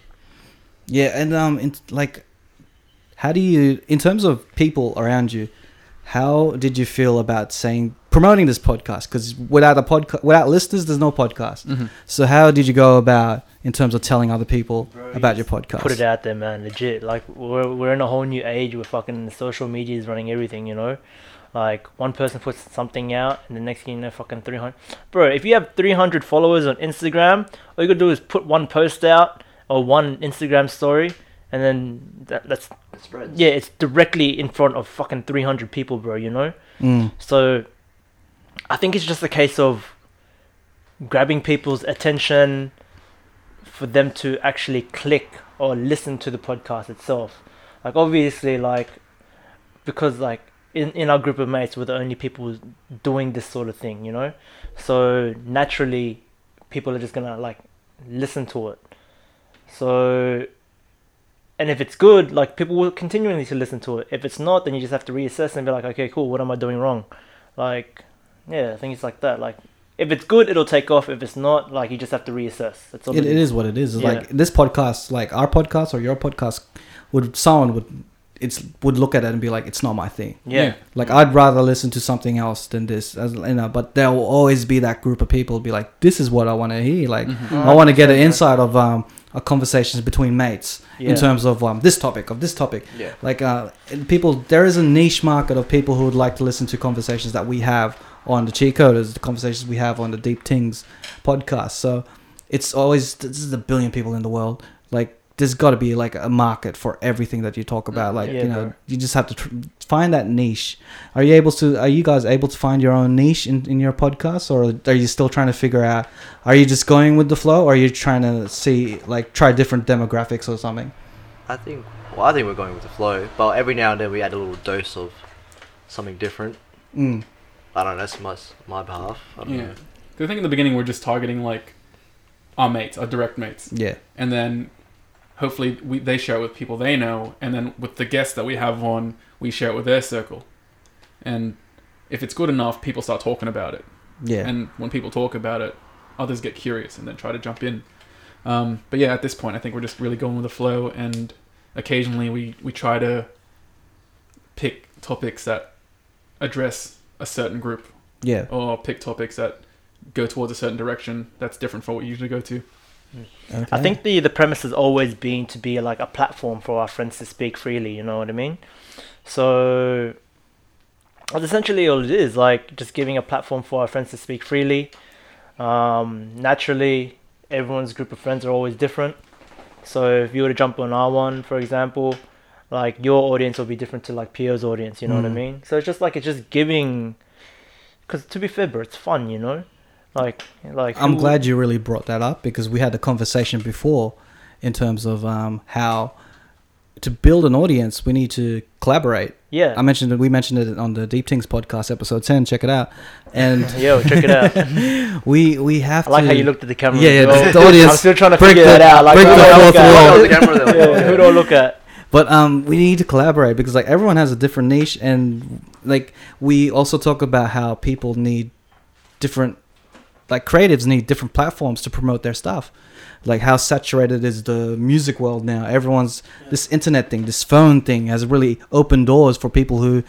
A: Yeah, and um, in, like, how do you, in terms of people around you, how did you feel about saying promoting this podcast? Because without a podcast, without listeners, there's no podcast.
E: Mhm.
A: So how did you go about in terms of telling other people
B: Bro,
A: about your
B: you
A: podcast?
B: put it out there, man. Legit. Like we're we're in a whole new age where fucking social media is running everything. You know, like one person puts something out, and the next thing you know, fucking three hundred. Bro, if you have three hundred followers on Instagram, all you gotta do is put one post out or one Instagram story, and then that, that's
D: It spreads.
B: yeah, it's directly in front of fucking three hundred people, bro. You know.
A: Mm.
B: So I think it's just a case of grabbing people's attention for them to actually click or listen to the podcast itself. Like obviously like because like in, in our group of mates we're the only people doing this sort of thing, you know? So naturally people are just gonna like listen to it. So and if it's good, like people will continually to listen to it. If it's not, then you just have to reassess and be like, okay, cool, what am I doing wrong? like yeah things like that like if it's good, it'll take off. If it's not, like you just have to reassess. That's all.
A: it, it is what it is. It's
B: Yeah.
A: Like this podcast, like our podcast or your podcast, would someone would it's would look at it and be like, it's not my thing.
B: Yeah.
E: Yeah.
A: Like I'd rather listen to something else than this. As you know, but there will always be that group of people be like, this is what I want to hear. Like I want to get an insight of um a conversations between mates
B: Yeah.
A: in terms of um this topic of this topic.
D: Yeah.
A: Like uh and people, there is a niche market of people who would like to listen to conversations that we have on the cheat coders, the conversations we have on the deep things podcast. So it's always this is a billion people in the world. Like there's got to be like a market for everything that you talk about. Like
B: Mm, Yeah,
A: you know,
B: bro.
A: you just have to tr- find that niche. Are you able to? Are you guys able to find your own niche in, in your podcast, or are you still trying to figure out? Are you just going with the flow, or are you trying to see like try different demographics or something?
D: I think. Well, I think we're going with the flow, but every now and then we add a little dose of something different.
A: Mm.
D: I don't know. That's my my behalf. I don't
E: Yeah.
D: know.
E: 'Cause I think in the beginning we're just targeting like our mates, our direct mates,
A: Yeah,
E: and then hopefully we they share it with people they know, and then with the guests that we have on, we share it with their circle, and if it's good enough, people start talking about it,
A: yeah.
E: and when people talk about it, others get curious and then try to jump in. Um, but yeah, at this point, I think we're just really going with the flow, and occasionally we we try to pick topics that address a certain group
A: yeah.
E: or pick topics that go towards a certain direction that's different from what you usually go to.
B: I
A: Okay.
B: think the the premise has always been to be like a platform for our friends to speak freely. You know what I mean? So that's essentially all it is. Like just giving a platform for our friends to speak freely. Um, naturally, everyone's group of friends are always different. So if you were to jump on our one, for example, like your audience will be different to like Pierre's audience. You know what I
A: Mm.
B: mean? So it's just like it's just giving. Because to be fair, bro, it's fun. You know, like like
A: I'm
B: who-
A: glad you really brought that up because we had a conversation before in terms of um, how to build an audience, we need to collaborate.
B: Yeah.
A: I mentioned it, we mentioned it on the Deep Things podcast, episode 10. Check it out. And
B: Yo, check
A: <laughs>
B: it out.
A: we we have
B: I like
A: to.
B: how you looked at the camera.
A: Yeah, yeah,
B: as
A: the-
B: well.
A: the audience.
B: <laughs> I'm still trying to
A: break
B: figure
A: the-
B: that out. Like,
A: break
B: who
A: the
B: do I
A: fourth
B: look at?
A: wall.
D: Oh,
B: <laughs>
D: the camera though. <laughs>
B: Yeah, who do I look at?
A: But um, we need to collaborate because like everyone has a different niche, and like we also talk about how people need different, like creatives need different platforms to promote their stuff. Like how saturated is the music world now? Everyone's this internet thing, this phone thing has really opened doors for people who.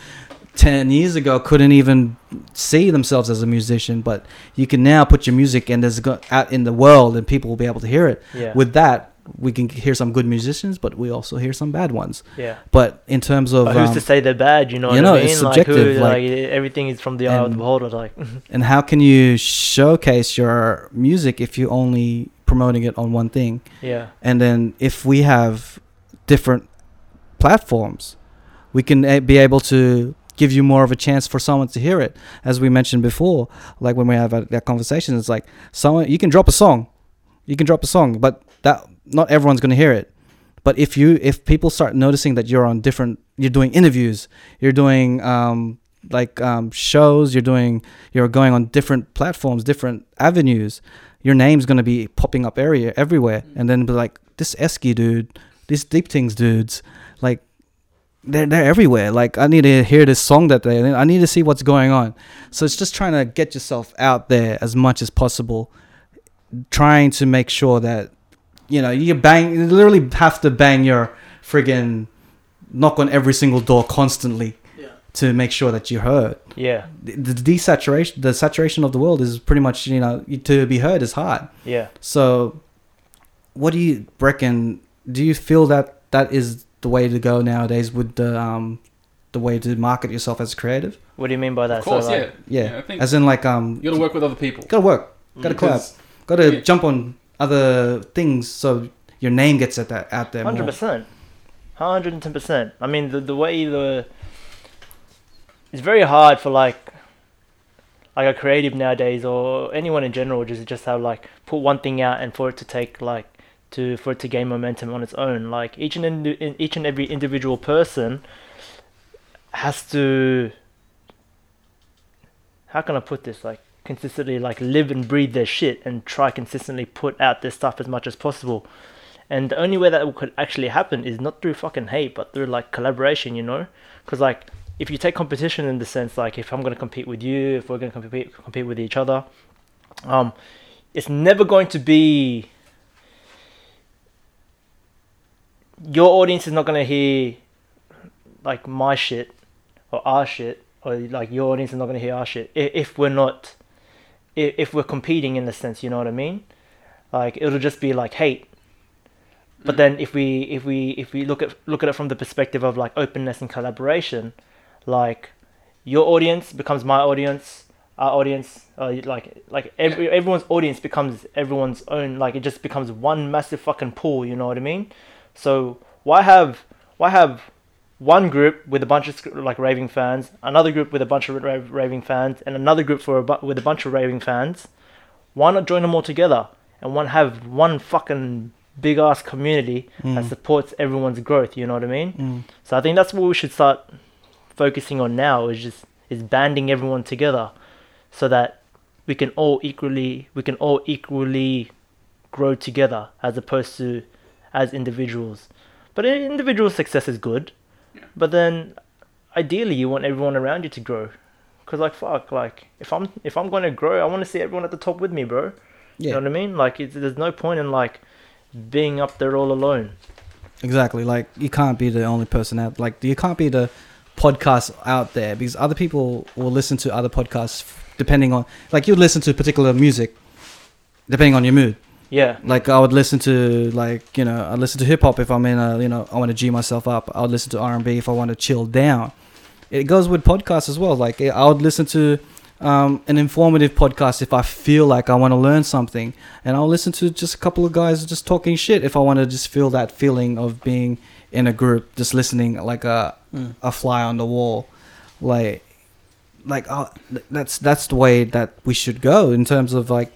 A: 10 years ago couldn't even see themselves as a musician but you can now put your music and there's go- out in the world and people will be able to hear it
B: Yeah.
A: with that we can hear some good musicians but we also hear some bad ones
B: yeah.
A: but in terms of
B: But who's
A: um,
B: to say they're bad? You know
A: you
B: what
A: know,
B: I mean?
A: it's
B: Like,
A: subjective,
B: who,
A: like-
B: like, everything is from the eye of
A: And-
B: the beholder. Like, <laughs>
A: and how can you showcase your music if you're only promoting it on one thing
B: yeah.
A: and then if we have different platforms we can a- be able to give you more of a chance for someone to hear it as we mentioned before like when we have a, that conversation it's like someone you can drop a song you can drop a song but that not everyone's going to hear it but if you if people start noticing that you're on different you're doing interviews you're doing um like um shows you're doing you're going on different platforms different avenues your name's going to be popping up area everywhere and then be like this esky dude this deep things dudes like they're, they're everywhere like i need to hear this song that they i need to see what's going on so it's just trying to get yourself out there as much as possible trying to make sure that you know you bang you literally have to bang your friggin knock on every single door constantly
C: Yeah.
A: to make sure that you're heard
B: Yeah.
A: the, the desaturation the saturation of the world is pretty much you know to be heard is hard
B: Yeah.
A: so, what do you reckon? Do you feel that that is the way to go nowadays with the um, the way to market yourself as a creative?
B: What do you mean by that?
E: Of course,
B: so, like,
E: yeah.
A: Yeah,
E: I think
A: as in like um,
E: you got to work with other people.
A: gotta work, gotta
B: Mm-hmm.
A: collab,
E: Because-
A: gotta
E: yeah.
A: jump on other things so your name gets at that out there. more.
B: Hundred percent, hundred and ten percent. I mean, the the way the it's very hard for like like a creative nowadays or anyone in general just just have like put one thing out and for it to take like to for it to gain momentum on its own. Like each and indi- in- each and every individual person has to how can I put this like consistently like live and breathe their shit and try consistently put out their stuff as much as possible. And the only way that could actually happen is not through fucking hate, but through like collaboration, you know? Because like if you take competition in the sense like if I'm gonna compete with you, if we're gonna compete compete with each other, Um, it's never going to be. Your audience is not going to hear like my shit or our shit or like your audience is not going to hear our shit if, if we're not if, if we're competing in a sense you know what i mean like it'll just be like hate but then if we if we if we look at look at it from the perspective of like openness and collaboration like your audience becomes my audience our audience uh, like like every everyone's audience becomes everyone's own like it just becomes one massive fucking pool you know what i mean so why have why have one group with a bunch of sc- like raving fans, another group with a bunch of ra- raving fans, and another group for a bu- with a bunch of raving fans. Why not join them all together and one have one fucking big ass community that supports everyone's growth? You know what I mean? So I think that's what we should start focusing on now is just is banding everyone together so that we can all equally we can all equally grow together as opposed to as individuals. But i- individual success is good. But then, ideally, you want everyone around you to grow, cause like fuck, like if I'm if I'm gonna grow, I want to see everyone at the top with me, bro. You
A: Yeah.
B: know what I mean? Like, it's, there's no point in like being up there all alone.
A: Exactly. Like you can't be the only person out. Like you can't be the podcast out there because other people will listen to other podcasts depending on like you listen to particular music depending on your mood.
B: Yeah,
A: Like I would listen to like you know I listen to hip hop if I'm in a you know I want to g myself up. I would listen to R and B if I want to chill down. It goes with podcasts as well. Like I would listen to um, an informative podcast if I feel like I want to learn something, and I'll listen to just a couple of guys just talking shit if I want to just feel that feeling of being in a group, just listening like a a fly on the wall, like like uh, th- that's that's the way that we should go in terms of like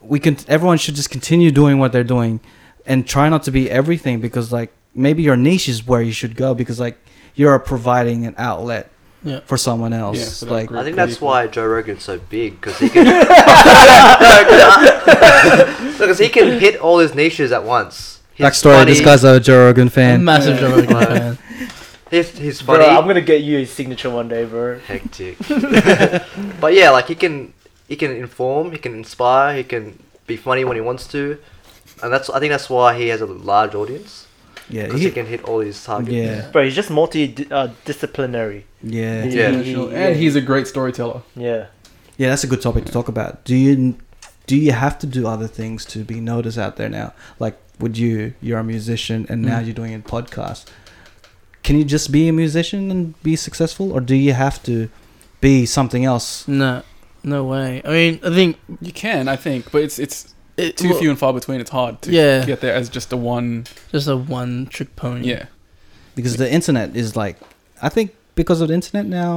A: we can everyone should just continue doing what they're doing and try not to be everything because like maybe your niche is where you should go because like you're providing an outlet
C: Yeah.
A: for someone else
E: Yeah, for that
A: like
E: group.
D: I think that's why Joe Rogan's so big because he can. <laughs> Because he can hit all his niches at once. He's
A: backstory this
D: funny-
A: guy's a Joe Rogan
C: I'm a
A: fan
C: massive Joe Rogan
D: Like-
C: fan.
D: <laughs> He's, he's
B: bro,
D: funny.
B: I'm gonna get you a signature one day, bro.
D: <laughs> hectic. <laughs> but yeah, like he can he can inform, he can inspire, he can be funny when he wants to, and that's I think that's why he has a large audience
A: yeah
D: because he,
A: he,
D: can hit all his targets.
A: yeah
B: Bro, he's just uh, multi-disciplinary.
A: yeah
D: Yeah.
E: International. And he's a great storyteller.
B: yeah.
A: yeah that's a good topic to talk about do you do you have to do other things to be noticed out there now like would you you're a musician and
C: Mm.
A: now you're doing a podcast can you just be a musician and be successful or do you have to be something else
C: <laughs> No, no way. I mean, I think
E: You can, I think, but it's it's
C: it,
E: too
C: well,
E: few and far between. It's hard to
C: Yeah. Mm-hmm.
E: get there as just a one.
C: Just a one trick pony.
E: Yeah,
A: because the internet is like i think because of the internet now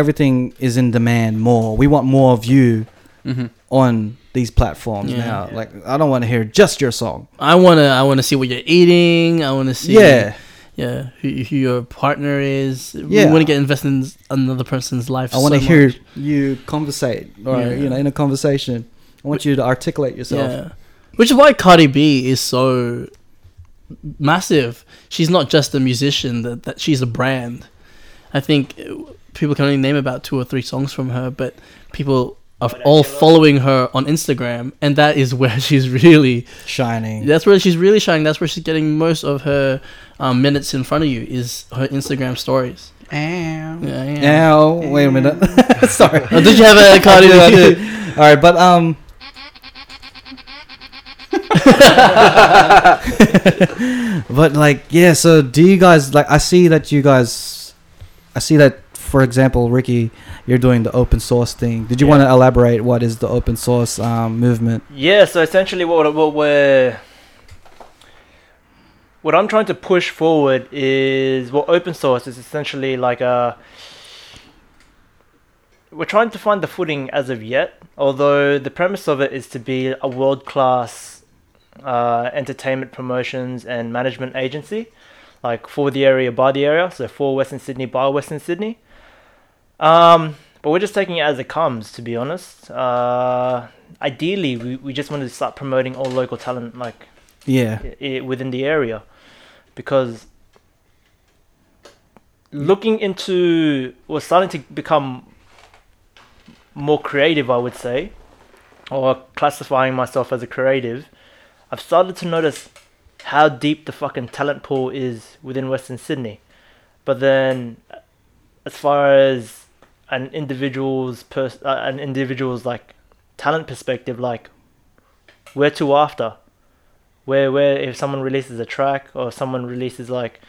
A: everything is in demand more we want more of you
E: Mhm.
A: on these platforms
C: Yeah.
A: now like i don't want to hear just your song
C: I wanna, I wanna see what you're eating. I wanna see.
A: yeah
C: yeah, who, who your partner is.
A: Yeah.
C: You want to get invested in another person's life.
A: i want to
C: so
A: hear
C: much.
A: you conversate or
C: Yeah.
A: you know in a conversation i want you to articulate yourself
C: Yeah, which is why Cardi B is so massive. She's not just a musician; that, that she's a brand. I think uh, people can only name about two or three songs from her, but people are all following her on Instagram, and that is <laughs> where she's really
A: shining
C: That's where she's really shining. That's where she's getting most of her um, minutes in front of you is her Instagram stories. Yeah, yeah.
A: Now, wait a minute. Sorry.
C: Oh, did you have a
A: <laughs> I
C: Cardi
A: did, I
C: B?
A: did. <laughs> All right, but um, but like, yeah. So, do you guys like? I see that you guys, I see that. For example, Ricky, you're doing the open source thing. Did you
B: Yeah.
A: want to elaborate what is the open source um, movement?
B: Yeah, so essentially what what we're what I'm trying to push forward is well open source is essentially like a we're trying to find the footing as of yet, although the premise of it is to be a world class uh, entertainment promotions and management agency, like for the area by the area, so for Western Sydney by Western Sydney. Um, but we're just taking it as it comes, to be honest. Uh, ideally, we, we just want to start promoting all local talent, like
A: Yeah,
B: i- within the area because looking into or starting to become more creative i would say or classifying myself as a creative, I've started to notice how deep the fucking talent pool is within Western Sydney. But then, as far as an individual's pers- uh, an individual's like talent perspective, like where to after, where where if someone releases a track or someone releases like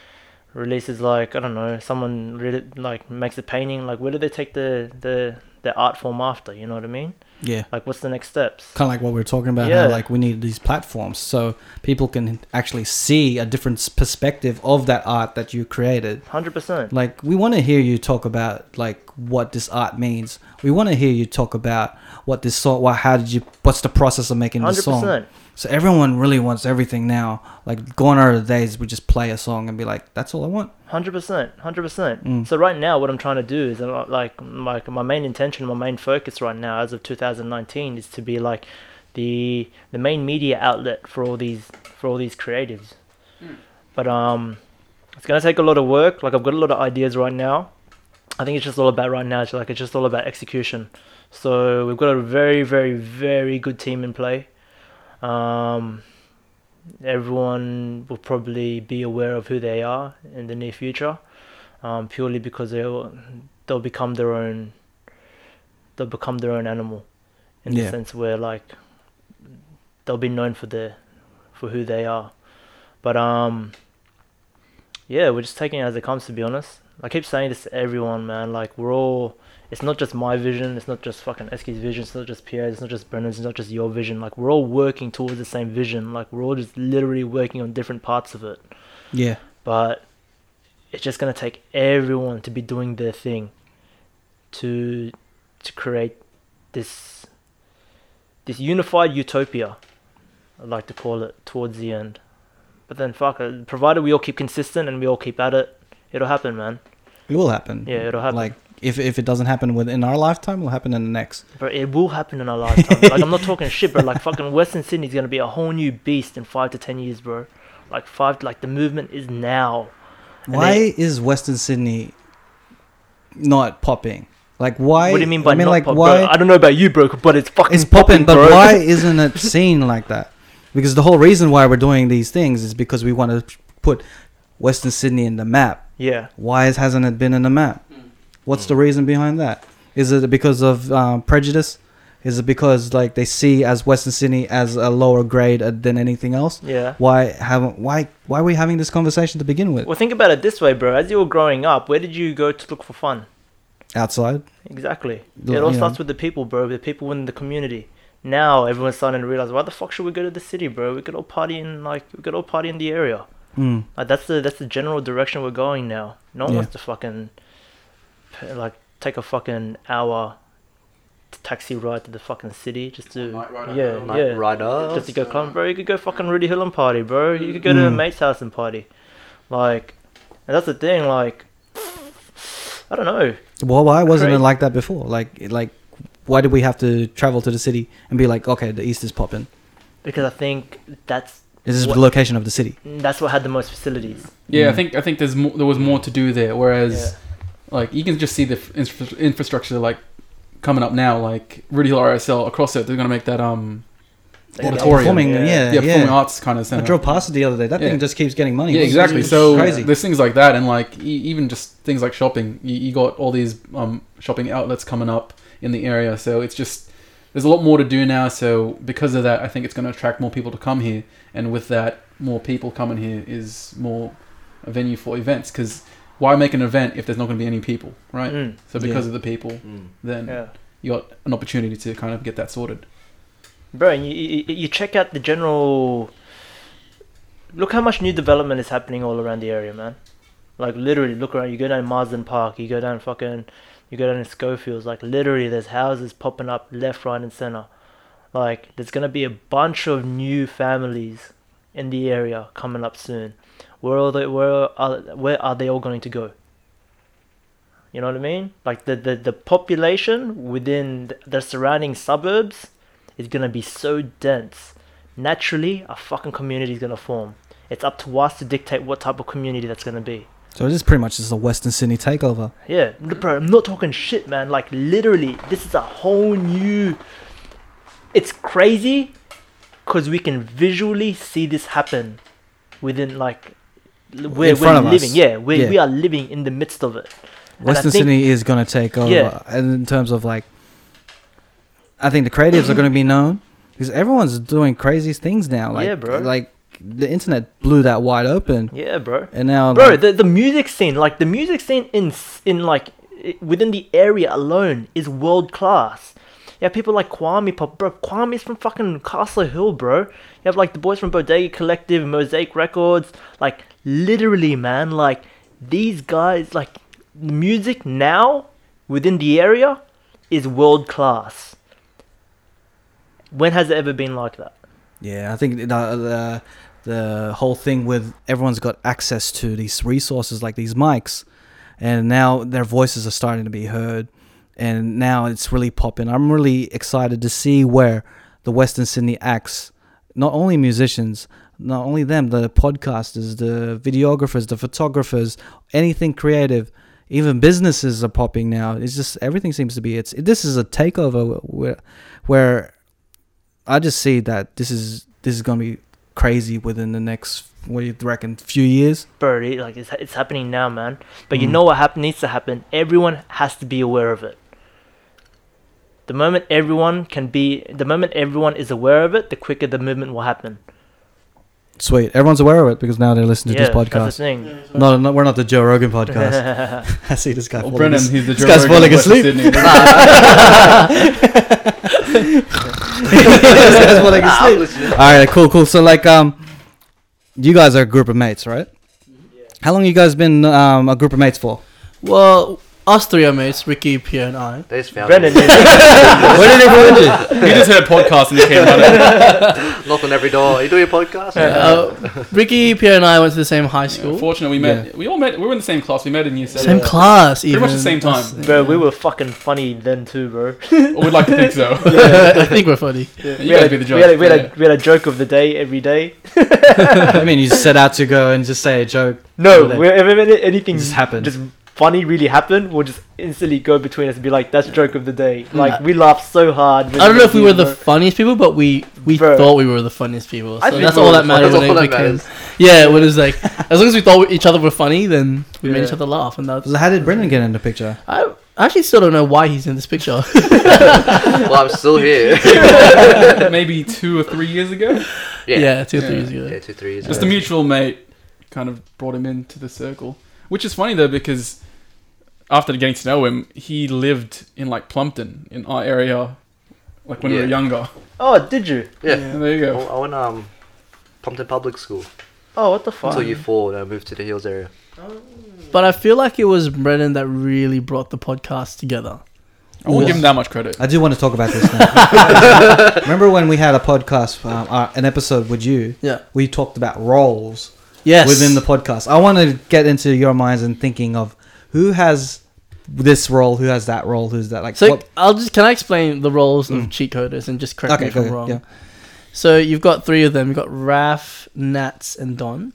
B: releases like I don't know someone re- like makes a painting, like where do they take the the the art form after? You know what I mean?
A: Yeah.
B: Like what's the next steps?
A: Kind of like what we were talking about,
B: Yeah.
A: how like we need these platforms so people can actually see a different s- perspective of that art that you created.
B: Hundred percent.
A: Like we want to hear you talk about like what this art means. We want to hear you talk about what this song. What how did you? What's the process of making this
B: Hundred
A: song?
B: percent.
A: So everyone really wants everything now. Like gone are the days we just play a song and be like, that's all I want.
B: Hundred percent, hundred percent. So right now, what I'm trying to do is, I'm not- like, my my main intention, my main focus right now, as of 2019, is to be like the the main media outlet for all these for all these creatives. But um, it's gonna take a lot of work. Like I've got a lot of ideas right now. I think it's just all about right now. It's like it's just all about execution. So we've got a very, very, very good team in play. Um, everyone will probably be aware of who they are in the near future, um, purely because they'll they'll become their own. They'll become their own animal, in
A: Yeah.
B: the sense where like they'll be known for their for who they are. But um, yeah, we're just taking it as it comes. To be honest, I keep saying this to everyone, man. Like we're all. It's not just my vision. It's not just fucking Esky's vision. It's not just Pierre's. It's not just Brennan's. It's not just your vision. Like we're all working towards the same vision. Like we're all just literally working on different parts of it.
A: Yeah.
B: But it's just gonna take everyone to be doing their thing. To to create this this unified utopia. I'd like to call it towards the end. But then fuck, uh, provided we all keep consistent and we all keep at it, it'll happen, man.
A: It will happen.
B: Yeah, it'll happen.
A: Like if if it doesn't happen within our lifetime, it'll happen in the next.
B: Bro, it will happen in our lifetime. like I'm not talking shit, bro. Like fucking Western Sydney's gonna be a whole new beast in five to ten years, bro. Like five, like the movement is now. And
A: Why
B: they-
A: is Western Sydney not popping? Like why?
B: what do you mean by
A: I mean,
B: not
A: like
B: pop,
A: why?
B: bro? I don't know about you, bro, but it's fucking
A: it's popping, but
B: bro. <laughs>
A: why isn't it seen like that? Because the whole reason why we're doing these things is because we want to put Western Sydney in the map.
B: Yeah,
A: Why is- hasn't it been in the map? What's
B: Hmm.
A: the reason behind that? Is it because of um, prejudice? Is it because like they see as Western Sydney as a lower grade uh, than anything else?
B: yeah.
A: Why haven't why why are we having this conversation to begin with?
B: Well, think about it this way, bro. As you were growing up, where did you go to look for fun?
A: Outside,
B: Exactly.
A: Well,
B: it all
A: yeah.
B: starts with the people, bro. The people in the community. Now everyone's starting to realize, why the fuck should we go to the city, bro? We could all party in like we could all party in the area.
A: mm.
B: Like Uh, that's the that's the general direction we're going now. No one
A: Yeah.
B: wants to fucking p- like take a fucking hour t- taxi ride to the fucking city just to
E: night ride out
B: yeah
E: there.
D: Knight
B: yeah
D: Rider.
B: just to go club, bro. You could go fucking Rudy Hill and party, bro. You could go to a
A: Mm.
B: mate's house and party, like and that's the thing. Like I don't know.
A: Well, why wasn't it
B: Crazy.
A: like that before? Like it- like why did we have to travel to the city and be like, okay, the east is popping?
B: because I think that's
A: This is
B: what,
A: the location of the city.
B: that's what had the most facilities.
E: Yeah, I
A: Mm.
E: think I think there's mo- there was more to do there. Whereas,
B: Yeah.
E: like you can just see the f- infra- infrastructure like coming up now, like Rudy Hill RSL across it. They're gonna make that um
B: They got-
E: Auditorium.
A: Performing,
B: Yeah.
A: yeah,
E: yeah,
A: yeah.
E: performing arts kind of
A: I
E: center.
A: drove past it the other day. That
E: Yeah.
A: thing just keeps getting money.
E: yeah,
A: It's
E: exactly.
A: just
E: So
A: crazy.
E: there's things like that, and like e- even just things like shopping. You, you got all these um, shopping outlets coming up in the area, so it's just there's a lot more to do now. So because of that, I think it's going to attract more people to come here, and with that, more people coming here is more a venue for events. Because why make an event if there's not going to be any people, right?
B: Mm,
E: So because of the people,
D: Mm.
E: then
B: yeah.
E: you got an opportunity to kind of get that sorted.
B: Bro, and you, you you check out the general. Look how much new development is happening all around the area, man. Like literally, look around. You go down Marsden Park. You go down fucking. You go down in Schofields. Like literally, there's houses popping up left, right, and center. Like there's gonna be a bunch of new families in the area coming up soon. Where are they? Where are where are they all going to go? You know what I mean? Like the the, the population within the, the surrounding suburbs is gonna be so dense. Naturally, a fucking community is gonna form. It's up to us to dictate what type of community that's gonna be.
A: So this is pretty much just a Western Sydney takeover.
B: Yeah, n- bro, I'm not talking shit, man. Like literally, this is a whole new it's crazy because we can visually see this happen within like l- where
A: front
B: we're
A: of us.
B: living. Yeah, where
A: Yeah.
B: we are living in the midst of it. And I
A: Western
B: think-
A: Sydney is going to take over,
B: Yeah.
A: and in terms of like, I think the creatives are going to be known because everyone's doing crazy things now. Like,
B: Yeah, bro.
A: Like the internet blew that wide open,
B: Yeah, bro.
A: and now
B: Bro,
A: like,
B: the, the music scene, like the music scene in s- in like i- within the area alone is world class. You have people like Kwame Pop, bro. Kwame's from fucking Castle Hill, bro. You have like the boys from Bodega Collective, Mosaic Records, like literally, man. Like these guys, like music now within the area is world class. When has it ever been like that?
A: yeah, I think the, the the whole thing with everyone's got access to these resources like these mics, and now their voices are starting to be heard, and now it's really popping. I'm really excited to see where the Western Sydney acts, not only musicians, not only them, the podcasters, the videographers, the photographers, anything creative, even businesses are popping now. It's just everything seems to be it's this is a takeover where where I just see that this is this is gonna be crazy within the next what do you reckon few years.
B: bro, it- like it's, it's happening now, man. But
C: Mm.
B: you know what hap- needs to happen? Everyone has to be aware of it. The moment everyone can be, the moment everyone is aware of it, the quicker the movement will happen.
A: Sweet, everyone's aware of it because now they're listening to
B: yeah,
A: this
B: that's
A: podcast.
B: the thing.
A: No, no, we're not the Joe Rogan
B: <laughs>
A: podcast. I see this guy.
E: Well,
A: falling
E: Brennan,
A: asleep.
E: he's the
A: this
E: Joe
A: guy's
E: Rogan
A: falling
E: of Western
A: asleep.
E: Sydney. <laughs>
A: This guy's falling asleep.
D: I'm listening.
A: All right, cool, cool. So like, um, you guys are a group of mates, right? How long you guys been um, a group of mates for?
C: Well, us three are mates, Ricky, Pierre, and I.
D: They just found
B: Brennan,
D: Brennan.
B: is-
A: Where did they find <laughs> you?
E: You just heard podcast and you came running.
D: Knock on every door. You do your podcast?
C: Uh, Ricky, Pierre, and I went to the same high school,
E: Uh, Fortunately, we met. We all met. We were in the same class. We met in year
C: same
E: seven.
C: class, even.
E: Pretty much the same time.
B: bro, we were fucking funny then too, bro.
E: Or we'd like to
B: <laughs>
E: think so.
C: <laughs>
E: <laughs>
C: Yeah, I think we're funny.
E: you gotta
B: had,
E: be the
B: we, had, a-
E: joke.
B: we, had
E: yeah.
B: a, we had a joke of the day every day.
A: I mean, you set out to go and just say a joke.
B: No,
A: Well, then-
B: wherever anything
A: Just happened.
B: just funny really happened, we'll just instantly go between us and be like, "That's joke of the day." Like we laughed so hard.
C: Mm. I don't know if we were the funniest people, but we we
B: Bro.
C: thought we were the funniest people.
B: I
C: So
B: think
C: that's
B: we
C: all
B: were
C: that
B: the
C: mattered.
D: funniest.
C: when it
D: That's all that
C: became- Yeah, when it was like, as long as we thought each other were funny, then we made
B: Yeah.
C: each other laugh, and that's.
A: So how did Brendan get in the picture?
C: I I actually still don't know why he's in this picture.
D: well, I'm still here.
E: Maybe two or three
B: <laughs>
E: years ago.
C: yeah,
D: Yeah.
C: two or
E: Yeah.
C: three years ago.
D: Yeah, two, three years
E: Just a
D: ago.
E: mutual mate kind of brought him into the circle. Which is funny though because after getting to know him, he lived in like Plumpton in our area like when we were
D: Yeah.
E: younger.
B: Oh, did you?
D: Yeah.
E: And there you
D: I
E: go.
D: went- I went um, Plumpton Public School
B: Oh, what the fuck?
D: until year four, and I moved to the Hills area.
C: But I feel like it was Brennan that really brought the podcast together.
E: I won't give him that much credit.
A: I do want to talk about this now. Remember when we had a podcast, um, uh, an episode with you?
C: Yeah.
A: We talked about roles
C: Yes.
A: within the podcast. I want to get into your minds and thinking of who has this role, who has that role, who's that. Like,
C: So
A: what,
C: I'll just can I explain the roles of
A: Mm.
C: cheat coders and just correct
A: Okay,
C: me if I'm
A: go ahead,
C: wrong. Uh,
A: yeah.
C: So you've got three of them. You've got Raf, Nats, and Don.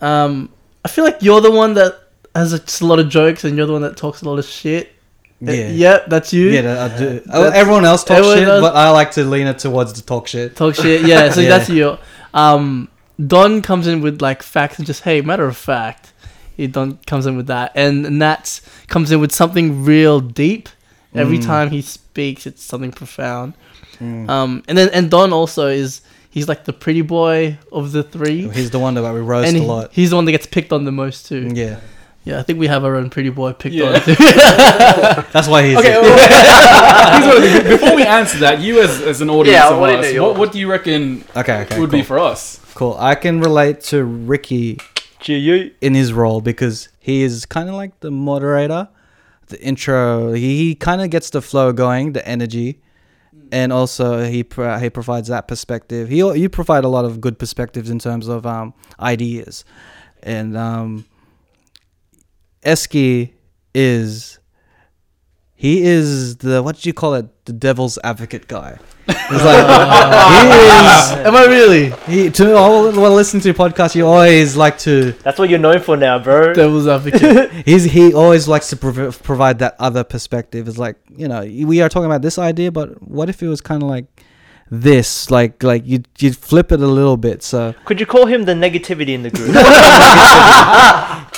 C: Um, I feel like you're the one that has a, just a lot of jokes, and you're the one that talks a lot of shit.
A: yeah.
C: Uh, yep, that's you.
A: Yeah, that I do.
C: <laughs>
A: Oh,
C: That's-
A: everyone else talks
C: everyone
A: shit,
C: else-
A: but I like to lean it towards the talk shit.
C: Talk shit.
A: <laughs>
C: Yeah, so
A: Yeah.
C: that's you. Um, Don comes in with like facts and just hey, matter of fact. He Don comes in with that, and Nats comes in with something real deep. Every
A: Mm.
C: time he speaks, it's something profound. Um, and then and Don also is he's like the pretty boy of the three,
A: He's the one that we roast
C: and
A: a
C: he- <laughs>
A: lot. Mm.
C: he's the one that gets picked on the most too. Yeah,
A: Yeah,
C: I think we have our own pretty boy picked
A: <laughs>
E: Yeah. <laughs>
C: on. Too.
A: that's why he's.
E: Okay,
A: it.
E: well, here's
B: <laughs>
E: what I think. before we answer that, you as, as an audience
D: Yeah, I
E: of
D: wanna
E: us,
D: know your-
E: what, what do you reckon
A: okay, okay,
E: would
A: cool.
E: be for us?
A: cool. I can relate to Ricky
B: Gee, you-
A: in his role because he is kind of like the moderator, the intro. He, he kind of gets the flow going, the energy, and also he pro- he provides that perspective. He you provide a lot of good perspectives in terms of um, ideas, and um, Eski is He is the what do you call it? The devil's advocate guy. He's like
C: Am I
A: <laughs>
C: really?
A: he is. He, to all well, listen to podcasts, you always like to.
B: That's what you're known for now, bro.
C: Devil's advocate.
A: He's he always likes to prov- provide that other perspective. It's like you know we are talking about this idea, but what if it was kind of like this? Like like you you flip it a little bit. So
B: Could you call him the negativity in the
A: <laughs>
B: group?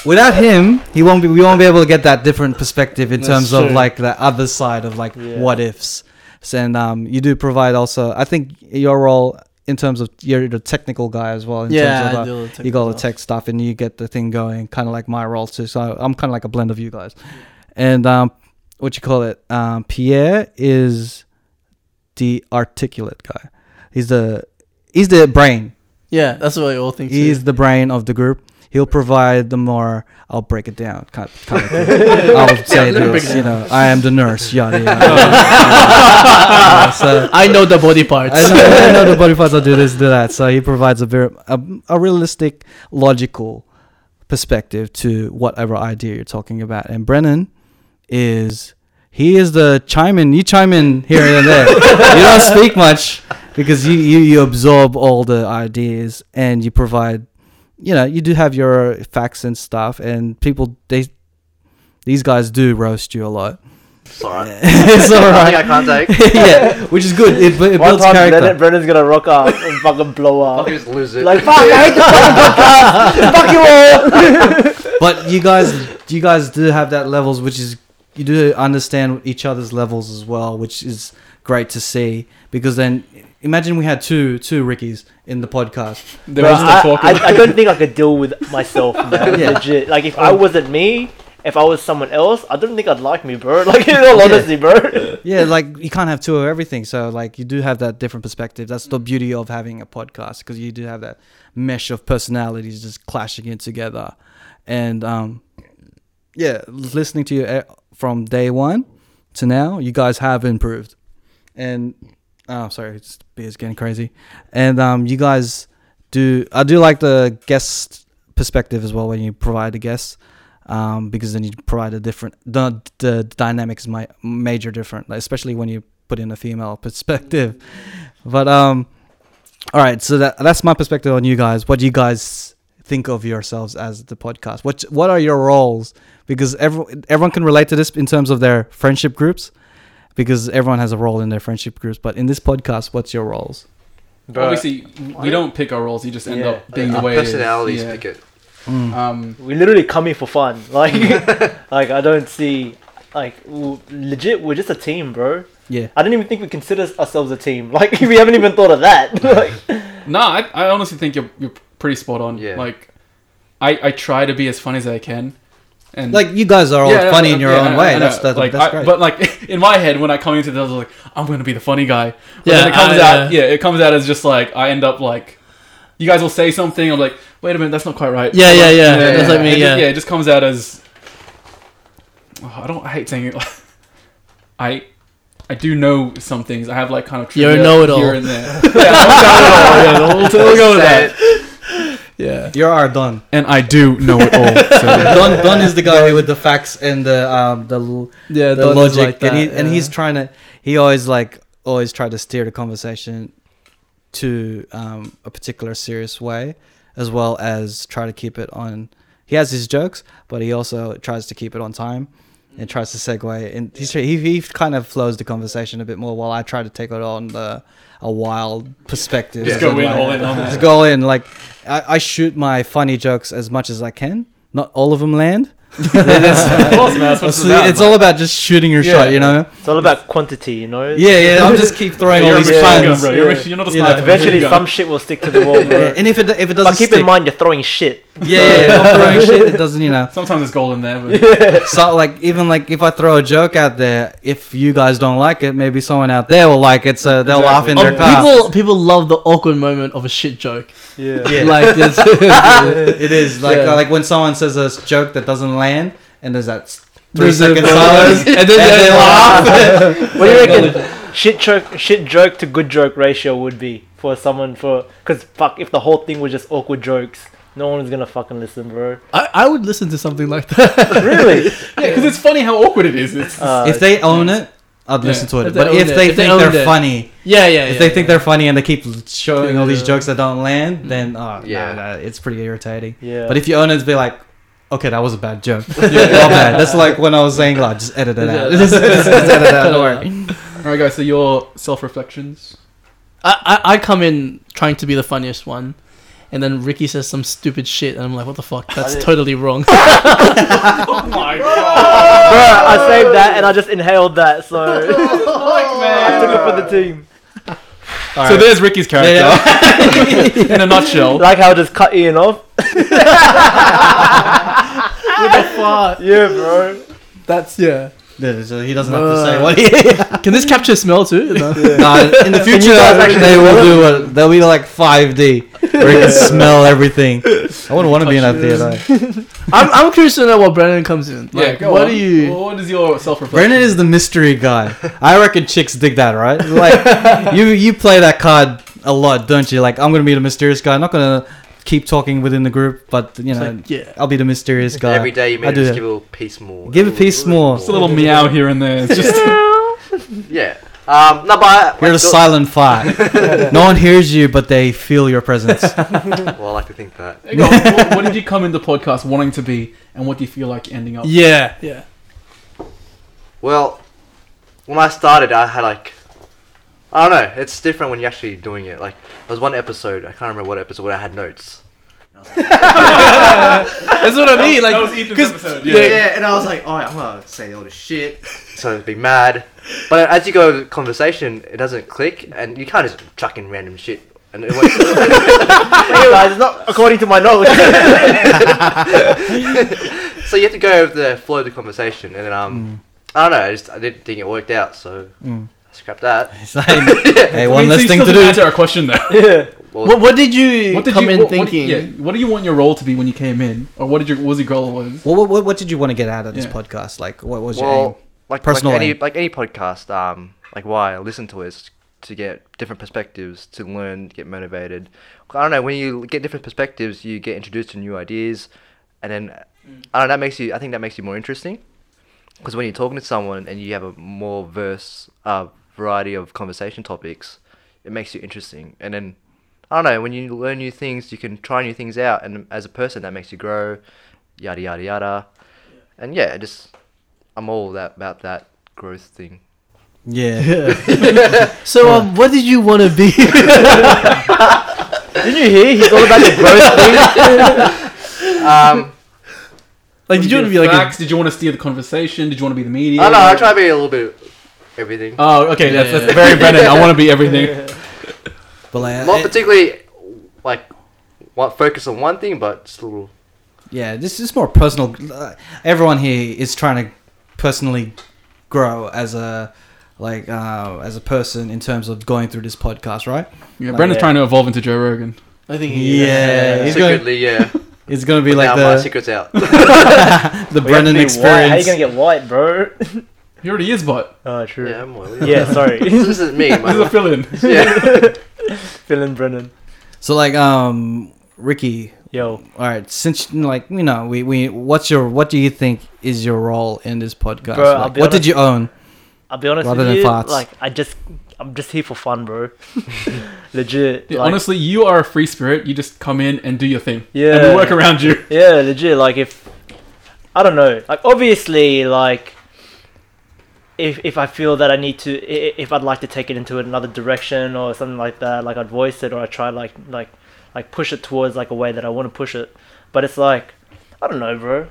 A: without him, he won't be. We won't be able to get that different perspective in
C: That's
A: terms of
C: true.
A: like the other side of like
B: Yeah.
A: what ifs. So, And um, you do provide also. I think your role in terms of you're the technical guy as well. In
C: yeah,
A: terms
C: I
A: of, uh,
C: do
A: you got all the
C: technical
A: tech stuff and you get the thing going, kind of like my role too. So I'm kind of like a blend of you guys. And um, what you call it? Um, Pierre is the articulate guy. He's the he's the brain.
C: stuff. Yeah, that's what I all think. <laughs>
A: He's
C: too.
A: the brain of the group. He'll provide the more. I'll break it down. Kind kind of
C: <laughs>
A: thing. I'll say
C: Yeah, break it
A: this. You
C: down.
A: know, I am the nurse. Yada yada.
C: <laughs>
A: yada. so
C: I know the body parts.
A: I know, I know the body parts will do this, do that. So he provides a very a, a realistic, logical perspective to whatever idea you're talking about. And Brennan is he is the chime in. You chime in here and there. you don't speak much because you, you you absorb all the ideas and you provide. You know, you do have your facts and stuff, and people they these guys do roast you a lot. <laughs>
D: Sorry.
A: it's all
D: Nothing I
A: right. <laughs>
D: can't take.
A: yeah, which is good. It, bu- it
B: One
A: builds
B: time,
A: character.
B: Brennan, Brennan's gonna rock up and fucking blow
D: I'll
B: up.
D: just lose it.
B: <laughs> like, fuck, I hate this fucking podcast. fuck you all.
A: but you guys you guys do have that levels which is you do understand each other's levels as well which is great to see because then imagine we had two two rickies in the podcast
E: They
B: Bro,
E: were just
B: I,
E: talking.
B: I, I don't think I could deal with myself,
A: <laughs>
B: man.
A: Yeah. Um,
B: Legit. Like, if I wasn't me, if I was someone else, I don't think I'd like me, bro. <laughs> Like, in all
A: Yeah.
B: honesty,
A: <laughs>
B: bro.
A: yeah like you can't have two of everything so like you do have that different perspective that's the beauty of having a podcast because you do have that mesh of personalities just clashing in together and um yeah listening to you eh, from day one to now you guys have improved and oh sorry it's beer's getting crazy and um you guys do i do like the guest perspective as well when you provide a guest um because then you provide a different the the dynamics might major different like, especially when you put in a female <laughs> perspective but um all right so that that's my perspective on you guys what do you guys think of yourselves as the podcast what what are your roles because everyone everyone can relate to this in terms of their friendship groups because everyone has a role in their friendship groups but in this podcast what's your roles
E: Obviously, we don't pick our roles. You just end
B: Yeah.
E: up being
D: Our
E: the way
D: personalities
E: it is.
D: pick it.
E: Yeah. Um,
B: We literally come here for fun. Like, <laughs> like I don't see, like, w- legit, we're just a team, bro.
A: yeah
B: I don't even think we consider ourselves a team. <laughs> Like, we haven't even thought of that. <laughs> like,
E: no, I, I honestly think you're you're pretty spot on.
D: Yeah.
E: Like, I I try to be as funny as I can, and
A: like you guys are all
E: no,
A: funny
E: no,
A: in your
E: yeah,
A: own
E: I- I
A: way
E: know.
A: that's that's,
E: like,
A: that's
E: I-
A: great
E: but like <laughs> in my head when I come into this I was like I'm gonna be the funny guy but
C: Yeah,
E: then it comes
C: I-
E: out yeah it comes out as just like I end up like you guys will say something I'm like wait a minute that's not quite right
C: Yeah,
E: I'm
C: yeah,
E: like,
C: yeah, that's like me,
E: it, ju-
C: yeah.
E: yeah it just comes out as Oh, I don't I hate saying it <laughs> I I do know some things I have like kind of
C: You're a
E: trivia
C: know-it-all.
E: here
A: <laughs>
E: and there yeah, I'm a know-it-all, yeah, we'll- we'll go with
D: Sad.
E: that.
C: yeah.
A: you're our don
E: and I do know it all
A: <laughs>
E: so.
A: don don is the guy with the facts and the um the l-
C: Yeah,
A: the logic and, he, and he's trying to he always like always tried to steer the conversation to um, a particular serious way as well as try to keep it on he has his jokes but he also tries to keep it on time and tries to segue and he's, he, he kind of flows the conversation a bit more while i try to take it on the a wild perspective
E: Just
A: So,
E: go in
A: like,
E: all in on
A: just
E: that.
A: go in like I, I shoot my funny jokes as much as i can not all of them <laughs> land
E: Of course, man, that's what it's
A: it's,
E: about, man.
A: all about just shooting your
E: Yeah.
A: shot you know
B: it's all about quantity, you know?
A: yeah, yeah. I'm just keep throwing all
E: You're a
A: these
B: Yeah.
E: machine gun,
A: puns.
E: bro.
A: Yeah.
E: You're, a mach- you're not a
A: You know,
E: sniper.
B: Eventually,
E: Machine gun.
B: some shit will stick to the wall, bro.
A: And if it if it doesn't
B: But keep
A: stick,
B: in mind, you're throwing shit.
A: yeah, yeah, yeah, I'm throwing shit. It doesn't, you know.
E: Sometimes it's gold in there, but
A: So like even like if I throw a joke out there, if you guys don't like it, maybe someone out there will like it, so they'll laugh in
C: Oh,
A: their car.
C: people people love the awkward moment of a shit
A: <laughs>
C: joke.
B: Yeah.
A: Yeah.
C: Like this.
A: it is like
C: Yeah.
A: like when someone says a s- joke that doesn't land, and there's that s- three
C: There's a
E: <laughs>
A: second
C: pause,
A: silence,
C: and then they
B: What do you reckon shit joke shit joke to good joke ratio would be for someone for because fuck if the whole thing was just awkward jokes No one's gonna fucking listen, bro.
C: <laughs> I, I would listen to something like
A: <laughs>
C: that.
B: Really?
E: Yeah, because it's funny how awkward it is. <laughs> It's,
B: <laughs> Uh,
A: if they own it, I'd
E: Yeah.
A: listen to it.
C: If they
A: but
C: own
A: if
C: it,
A: they
C: if they
A: think
C: owned
A: they are
C: it.
A: funny,
C: yeah, yeah.
A: if
C: yeah,
A: they think
C: yeah.
A: they're funny and they keep showing all these
C: Yeah.
A: jokes that don't land, then oh, yeah,
D: Yeah.
A: it's pretty irritating.
B: yeah.
A: But if you own it, be like, okay, that was a bad <laughs> joke. My bad. That's like when I was saying, like, just edit it out. just, just edit it out. <laughs> Don't worry.
E: all right, guys. So your self reflections.
C: <laughs> I, I I come in trying to be the funniest one, and then Ricky says some stupid shit, and I'm like, what the fuck? That's
B: did-
C: totally wrong.
B: <laughs> Bro, I saved that and I just inhaled that, <laughs> so I took it for the team.
A: All
E: So
A: right.
E: there's Ricky's character
A: <laughs>
E: <laughs> in a nutshell.
B: Like how I just cut Ian off. Yeah, bro.
C: That's yeah.
A: Yeah, so he doesn't have to say what he. <laughs>
C: Can this capture smell too? No.
A: Uh, Nah, in the future, they <laughs> will do it. They'll be like 5D, where you can smell everything. I wouldn't want to be in that theater.
C: <laughs> I'm I'm curious to know what Brennan comes in. Like,
E: yeah, go
C: what
E: on.
C: do you?
E: Well, What is your self reflection?
A: Brennan is the mystery guy. I reckon chicks dig that, right?
E: <laughs>
A: Like you, you play that card a lot, don't you? Like I'm gonna be the mysterious guy. I'm not gonna keep talking within the group, but you
C: It's
A: know,
C: like, yeah.
A: I'll be the mysterious guy.
D: Every day you
A: I
D: may
A: do
D: just
A: that.
D: give a little piece more.
A: Give a
D: little-
A: piece more.
E: Just a little meow here and there. It's just <laughs>
D: Yeah. Um, no, but I,
A: You're the
D: like,
A: silent
E: <laughs>
A: fire. no one hears you, but they feel your presence.
D: <laughs> Well, I like to think that.
E: Hey, go on, what, what did you come into podcast wanting to be, and what do you feel like ending up?
C: Yeah, yeah.
D: Well, when I started, I had like, I don't know. It's different when you're actually doing it. Like, there was one episode. I can't remember what episode. Where I had notes.
C: That's what I mean. Like,
E: Yeah.
G: and I was like, alright, I'm gonna say all this shit.
D: so it'd be mad. But as you go with the conversation, it doesn't click, and you can't just chuck in random shit. And
G: <laughs>
D: it won't-
B: Hey, guys, it's not according to my knowledge.
D: <laughs> so you have to go with the flow of the conversation, and then um,
G: Mm.
D: I don't know. I just I didn't think it worked out, so
A: Mm.
D: I scrapped that.
A: It's like, hey, one
E: Wait, so
A: less
E: you
A: thing
E: still
A: to
E: didn't
A: do.
E: Answer our question though.
B: yeah.
D: Well,
C: what what did you
E: What did
C: come
E: you
C: in
E: what, what-
C: thinking?
E: yeah, what do you want your role to be when you came in, or what did your what was your goal was?
A: What, what, what did you want to get out of this
E: Yeah.
A: podcast? Like, what was your aim?
D: well, like
A: Personal
D: like any
A: aim.
D: like any podcast, um, like why I listen to is to get different perspectives, to learn, get motivated. I don't know. When you get different perspectives, you get introduced to new ideas, and then I don't know. That makes you. I think that makes you more interesting. Because when you're talking to someone and you have a more verse, uh, variety of conversation topics, it makes you interesting. And then, I don't know, when you learn new things, you can try new things out. And as a person, that makes you grow, yada, yada, yada. And yeah, I just, I'm all that about that growth thing.
A: Yeah.
E: <laughs>
C: So, um, what did you want to be?
B: Didn't you hear? He's <laughs> all about the growth thing.
D: <laughs> Um,
C: like, did you want to be like a
E: facts? Did you want to steer the conversation? Did you want to be the media?
D: I don't know, I try to be a little bit of everything.
B: Uh,
E: Oh, okay,
C: Yeah,
E: that's,
C: yeah,
E: that's very Brennan. I want to be everything.
A: But like,
B: eh.
D: Not
A: it-
D: particularly, like, what focus on one thing, but just a little.
A: yeah, this is more personal. Uh, Everyone here is trying to personally grow as a like uh, as a person in terms of going through this podcast, right?
E: Yeah, Brennan's
B: Yeah.
E: trying to evolve into Joe Rogan.
C: I think
A: Yeah, he's going.
D: secretly,
B: <laughs>
D: yeah.
A: It's going to be
D: But
A: like
D: now my
A: the
D: secret's out.
A: the
B: We have to
A: Brennan
B: be White. How you
A: experience.
B: gonna get white, bro?
E: He already is, but
B: <laughs> Oh, true.
D: yeah,
B: Yeah,
D: I'm oily. <laughs>
A: <laughs>
B: sorry.
D: this isn't
B: <laughs>
D: me.
E: this is a
D: My,
E: fill-in.
D: yeah.
B: Feeling Brennan.
A: So like, um, Ricky.
B: Yo.
A: All right, since like you know, we, we what's your what do you think is your role in this podcast?
B: Bro, I'll
A: Like,
B: be
A: what did
B: honest-
A: you own?
B: I'll be honest
A: Rather
B: with
A: than
B: you.
A: farts.
B: Like I just, I'm just here for fun, bro. <laughs> legit.
E: Yeah,
B: like,
E: honestly, you are a free spirit. You just come in and do your thing.
B: Yeah.
E: and we work around
B: <laughs>
E: you.
B: Yeah, legit. Like if, I don't know. Like obviously, like if if I feel that I need to, i- i- if I'd like to take it into another direction or something like that, like I'd voice it or I try like like like push it towards like a way that I want to push it. But it's like, I don't know, bro.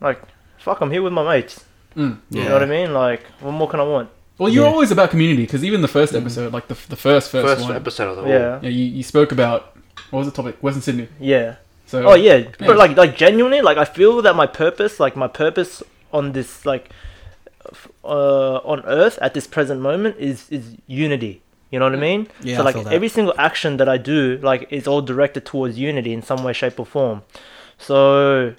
B: Like. Fuck, I'm here with my mates.
E: Mm.
B: You know what I mean? Like, what more can I want?
E: Well, you're
A: Yeah.
E: always about community because even the first episode, like the, f- the first first,
D: First
E: one,
D: episode of the
B: Yeah.
E: yeah, you, you spoke about what was the topic? Western Sydney.
B: Yeah.
E: So
B: Oh yeah,
E: Yeah.
B: but like like genuinely, like I feel that my purpose, like my purpose on this like f- uh, on Earth at this present moment is is unity. You know what I mean?
A: Yeah,
B: so
A: I
B: like
A: feel that.
B: every single action that I do, like is all directed towards unity in some way, shape, or form. So,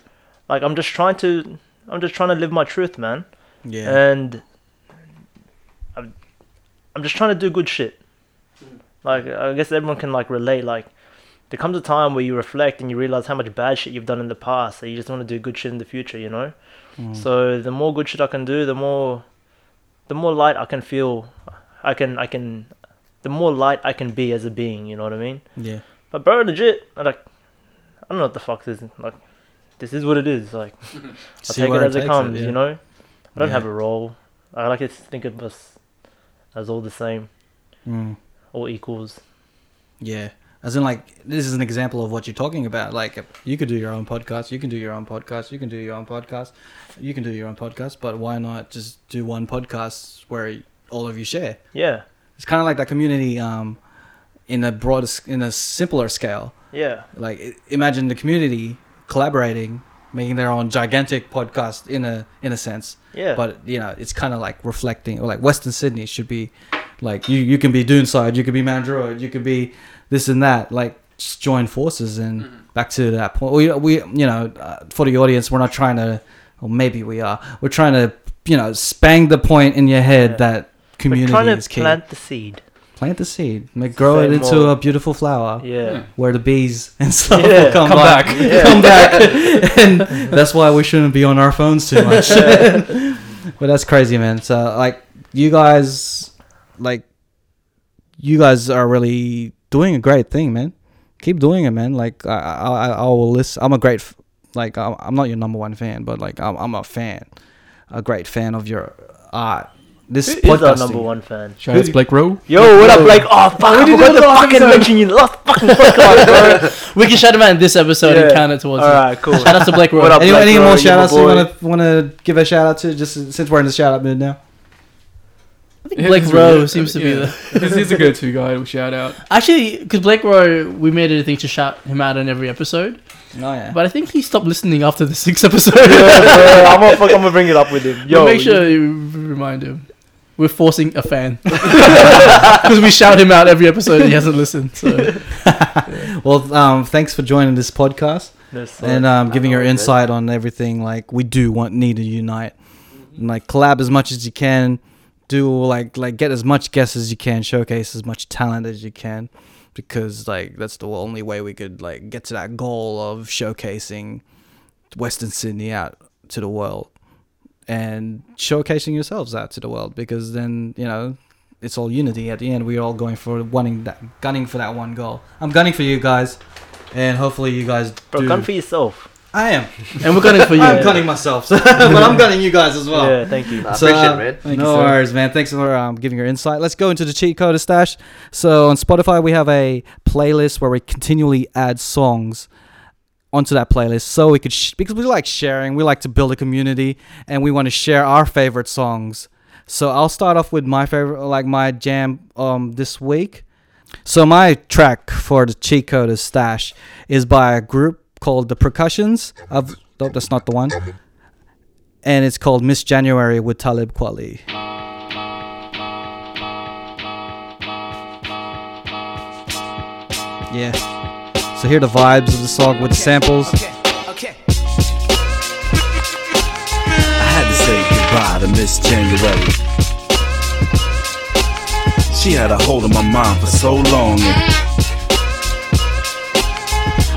B: like I'm just trying to, I'm just trying to live my truth, man.
A: Yeah,
B: And I'm, I'm just trying to do good shit. Like I guess everyone can like relate. Like there comes a time where you reflect and you realize how much bad shit you've done in the past, and you just want to do good shit in the future, you know.
A: Mm.
B: So the more good shit I can do, the more, the more light I can feel, I can I can, the more light I can be as a being. You know what I mean?
C: Yeah.
B: But bro, legit, I like, I don't know what the fuck this is. Like, this is what it is. Like, I
A: See
B: take it
A: where
B: as it
A: takes
B: comes.
A: yeah.
B: You know, I don't
A: Yeah.
B: have a role. I like to think of us as all the same,
A: Mm.
B: all equals.
A: Yeah. As in, like, this is an example of what you're talking about. Like, you could do your own podcast, you can do your own podcast, you can do your own podcast, you can do your own podcast, but why not just do one podcast where all of you share?
B: Yeah,
A: It's kind of like that community um, in a broader, in a simpler scale.
B: yeah,
A: Like, i- imagine the community collaborating, making their own gigantic podcast in a in a sense.
B: yeah.
A: But you know, it's kind of like reflecting, or like Western Sydney should be, like you you can be Doonside, you could be Mandurah, you could be this and that. Like just join forces and
B: Mm-hmm.
A: back to that point. We we you know, uh, for the audience, we're not trying to, or maybe we are. We're trying to you know spang the point in your head
B: Yeah.
A: that community
B: We're trying to
A: is key. Plant,
B: plant the seed.
A: the seed, make grow it
B: Same
A: into
B: old-
A: a beautiful flower.
B: Yeah.
A: Where the bees <laughs> and stuff
B: Yeah.
A: will come,
E: Come
A: by-
E: back.
A: come
B: <laughs>
A: back, and that's why we shouldn't be on our phones too much. <laughs> But that's crazy, man. So like you guys like you guys are really doing a great thing, man. Keep doing it, man. Like I I, I I will listen. I'm a great f- like I'm I'm not your number one fan, but like I'm, I'm a fan, a great fan of your art. This
B: Who is our
A: podcast
B: number one fan?
E: Shout out to Blake Rowe.
B: Yo, what up,
D: <laughs>
B: Blake? Oh, fuck, I
C: did
B: forgot
C: the
B: to
C: last
B: fucking
C: episode.
B: mention you in the <laughs> last fucking podcast, bro.
C: We can shout him out in this episode and
B: Yeah.
C: count it towards. him.
B: Alright, cool.
C: Shout out to <laughs> Blake Roy.
B: What up,
A: Any,
B: Black
A: any
B: Roy,
A: more
B: you
A: shout outs
B: my
A: you
B: boy.
A: want to want to give a shout out to? Just since we're in the shout out mood now.
C: I think Blake Rowe seems to be the.
E: <laughs> He's, he's a go-to guy. We'll shout out.
C: Actually, because Blake Rowe, we made it a thing to shout him out on every episode,
A: No, Oh, yeah.
C: <laughs> but I think he stopped listening after the sixth episode.
B: Yeah, bro, I'm gonna fuck, I'm gonna bring it up with him. Yo,
C: Yo, make
B: <laughs>
C: sure you remind him. We're forcing a fan because we shout him out every episode. and He hasn't listened. So
A: well, um, thanks for joining this podcast.
B: That's
A: and um, giving your
D: all good.
A: insight on everything. Like we do want need to unite, and, like collab as much as you can. Do like like get as much guests as you can, showcase as much talent as you can, because like that's the only way we could like get to that goal of showcasing Western Sydney out to the world and showcasing yourselves out to the world. Because then you know it's all unity at the end. We're all going for wanting that, gunning for that one goal. I'm gunning for you guys, and hopefully you guys
B: bro,
A: do.
B: gun for yourself.
A: I am.
C: and we're gunning for you.
A: I'm gunning myself, so- <laughs> but I'm gunning you guys as well.
B: Yeah, thank you.
D: Nah, I
A: So,
D: appreciate
A: uh,
D: it, man.
E: Thank you,
A: no
E: sir.
A: worries, man. Thanks for um, giving your insight. Let's go into the cheat code stash. So on Spotify, we have a playlist where we continually add songs onto that playlist, so we could sh- because we like sharing, we like to build a community, and we want to share our favorite songs. So I'll start off with my favorite, like my jam um this week. So my track for the cheat code is stash is by a group called the Percussions. Of nope, that's not the one. And it's called Miss January with Talib Kweli. Yeah. So hear the vibes of the song with the samples.
H: I had to say goodbye to Miss January. She had a hold of my mind for so long.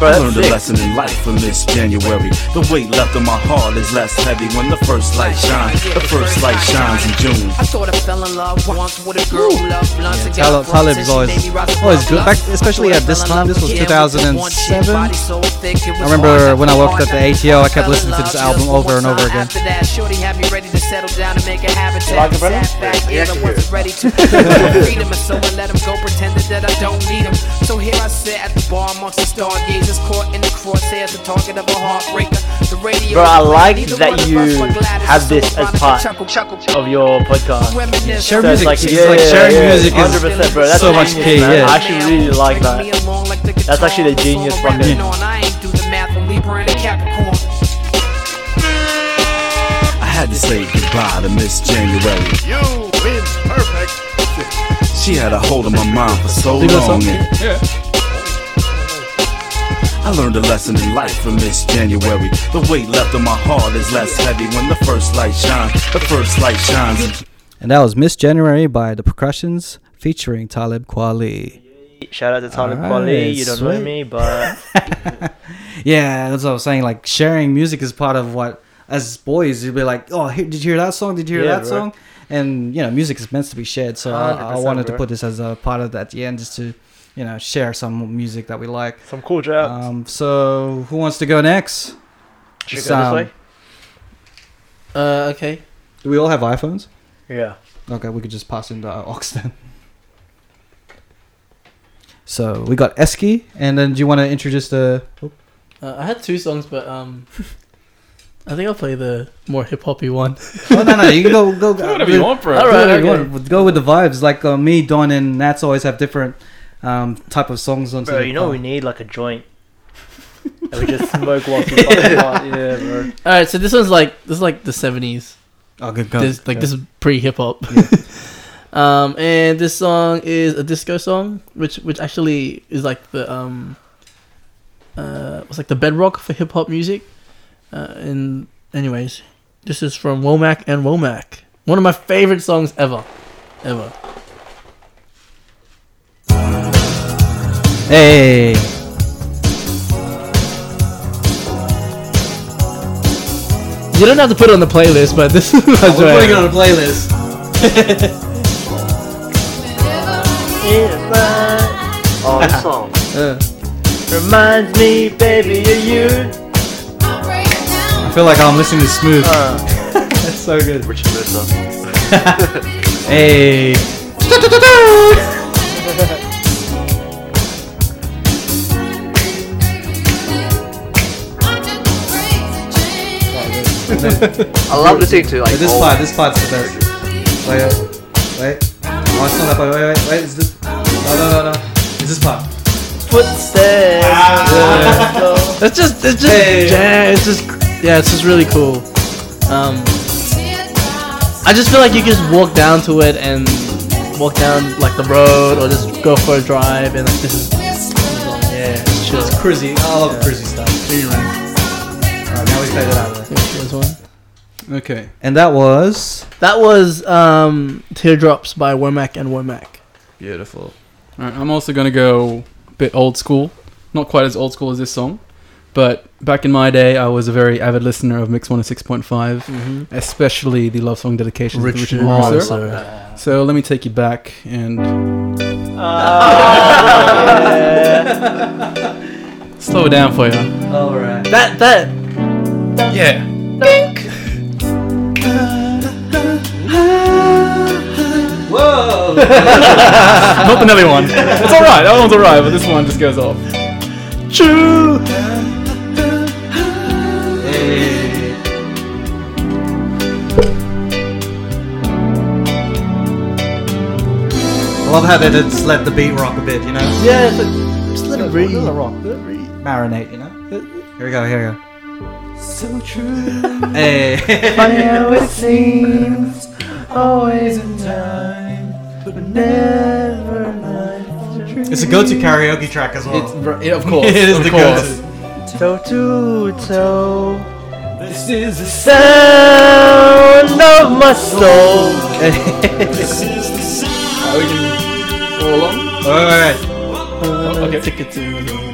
H: And
B: Bro,
H: I
B: that's
H: learned a
B: sick.
H: lesson in life from Miss January. The weight left on my heart is less heavy when the first light shines. The first light shines in June.
I: I thought I fell in love once with a girl who loved blunts and
A: Talib-
I: got
A: Talib
I: fronts
A: is
I: and
A: always-
I: she made me rock the
A: always good.
I: block.
A: Back- especially
I: I
A: at this time,
I: thought I fell in
A: this was
I: love again with one
A: 2007.
I: chick, body so thick it was
A: I remember
I: hard
A: when I worked
I: find
A: at the ATL,
I: her.
A: I kept
I: Fell in
A: listening to this
I: love
A: album
I: just
A: over
I: one
A: and over
I: time
A: again.
I: After that, shorty had me ready to settle down and make a habit.
B: like it, brother?
I: Sat back
D: Yeah,
I: ill and
D: yeah.
I: wasn't ready
B: <laughs>
I: to pursue freedom and so I let him go, pretending that I don't need him. So here I sit at the bar amongst the stargazers, caught in the crosshairs, the target of a heartbreaker. The radio
B: Bro, I
I: is playing,
B: like
I: neither
B: that
I: one of us
B: you
I: were glad. It's
B: have
I: so
B: this as
I: ironic.
B: part
I: Chuckle, chuckle, chuckle.
B: Of your podcast.
A: Share
B: So
I: Share
B: it's
A: music,
I: music.
B: like,
A: it's
B: yeah,
A: like
B: yeah,
A: sharing
B: yeah,
A: music is
B: 100%, bro. That's
A: so much
B: genius,
A: key.
B: man.
A: Yeah,
B: I actually really like that. That's actually the genius fucking-
H: I had to say goodbye to Miss January. You perfect. She had a hold of my mind for so long. And I learned a lesson in life from Miss January. The weight left on my heart is less heavy when the first light shines. The first light shines.
A: And that was Miss January by the Percussions featuring Talib Kweli.
B: Shout out to Talib
A: Alright,
B: Kweli. You don't know
A: sweet.
B: me, but
A: Yeah, that's what I was saying. Like sharing music is part of what as boys you'd be like, oh, here, did you hear that song? Did you hear
B: Yeah,
A: that
B: bro.
A: song? And you know, music is meant to be shared. So I, I
B: 100%,
A: wanted to
B: bro.
A: put this as a part of that at the end, just to you know share some music that we like.
B: some cool jobs.
A: Um, so who wants to go next?
B: Should we
A: it's,
B: go
A: um,
B: this
C: Uh, okay.
A: Do we all have iPhones?
B: way? Yeah.
A: Okay, we could just pass into our aux then. So we got Esky, and then do you want to introduce the? oop,
C: Uh, I had two songs, but um, I think I'll play the more hip hoppy one.
A: Oh no, no, you can go
B: <laughs>
A: uh, go.
E: Do whatever you want, bro.
C: All right,
A: Alright,
C: okay.
A: everyone, Go with the vibes. Like uh, me, Don, and Nats always have different um, type of songs on.
B: Bro, you know we
A: uh,
B: need like a joint. and we just smoke whilst we fucking hot. Yeah, bro.
C: All right, so this one's like this is like the seventies.
A: Oh, good go.
C: This like
A: go.
C: this is pre hip hop. <laughs> um, and this song is a disco song, which which actually is like the um, uh, was like the bedrock for hip hop music. Uh, and anyways, this is from Womack and Womack, one of my favorite songs ever, ever.
A: Hey,
C: You don't have to put it on the playlist, but this <laughs> is my
A: we're putting it on
C: jam.
A: a playlist.
B: uh,
D: Oh, this song.
B: Reminds me, baby, of you.
A: I feel like I'm listening to Smooth. <laughs> That's so good.
D: Richard
B: <laughs>
D: Mercer. <laughs>
A: Hey,
D: I love listening to like
A: this
D: old-
A: part, this part's the best. Wait, uh, wait. Oh, it's not that part. Wait, wait, wait. Is this? No, no, no, no. Is this part?
C: footsteps. it's just, it's just,
A: Hey.
C: yeah, it's just, yeah, it's just really cool. Um, I just feel like you can just walk down to it and walk down like the road, or just go for a drive, and like this is yeah, it's chill.
A: It's cruisy. I love cruisy stuff. Anyway. Alright, now we fade it out. there.
C: This one.
E: Okay.
A: And that was.
C: That was um, Teardrops by Womack and Womack.
E: Beautiful. All right, I'm also gonna go a bit old school. Not quite as old school as this song, but back in my day, I was a very avid listener of Mix 106.5,
C: Mm-hmm.
E: especially the love song dedications to Richard
C: Richard
E: Mercer.
C: Mercer.
E: So let me take you back, and Ah. <laughs> slow it down for you.
A: Alright.
C: That that
E: Yeah.
A: Whoa!
E: Not another one. It's all right. That one's all right, but this one just goes off.
C: true.
A: I love how they did just let the beat rock a bit, you know?
C: Yeah, it's like, just let it breathe.
A: Marinate, you know? Here we go, here we go. So true. <laughs> Hey. it's a go to karaoke track as well.
E: It's, yeah, of course.
A: It
B: <laughs>
A: is
E: of
A: the
E: course.
A: go-to.
B: Toe to toe. This is the sound of my soul.
A: Alright.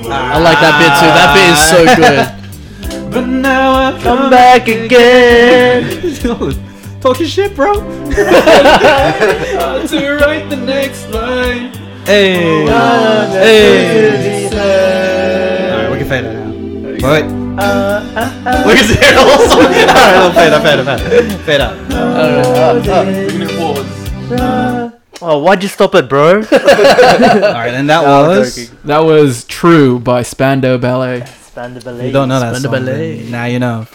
C: I like that bit too. That bit
B: <laughs>
C: is so good.
B: Come
A: <laughs>
B: back again.
A: Talking shit, bro.
E: to write the next line.
A: Hey. Hey. Alright, we can fade it out. Wait. We can see it also. Alright, I'll fade, I'll fade, I'll fade. Fade out.
B: Oh, why'd you stop
A: <laughs>
B: it, bro?
A: Alright, and
B: <laughs>
A: that was.
E: That was True by Spando Ballet.
B: Expand the
A: You
B: ballet.
A: don't know that
C: Spandau
A: song.
C: Ballet.
A: then Now you know.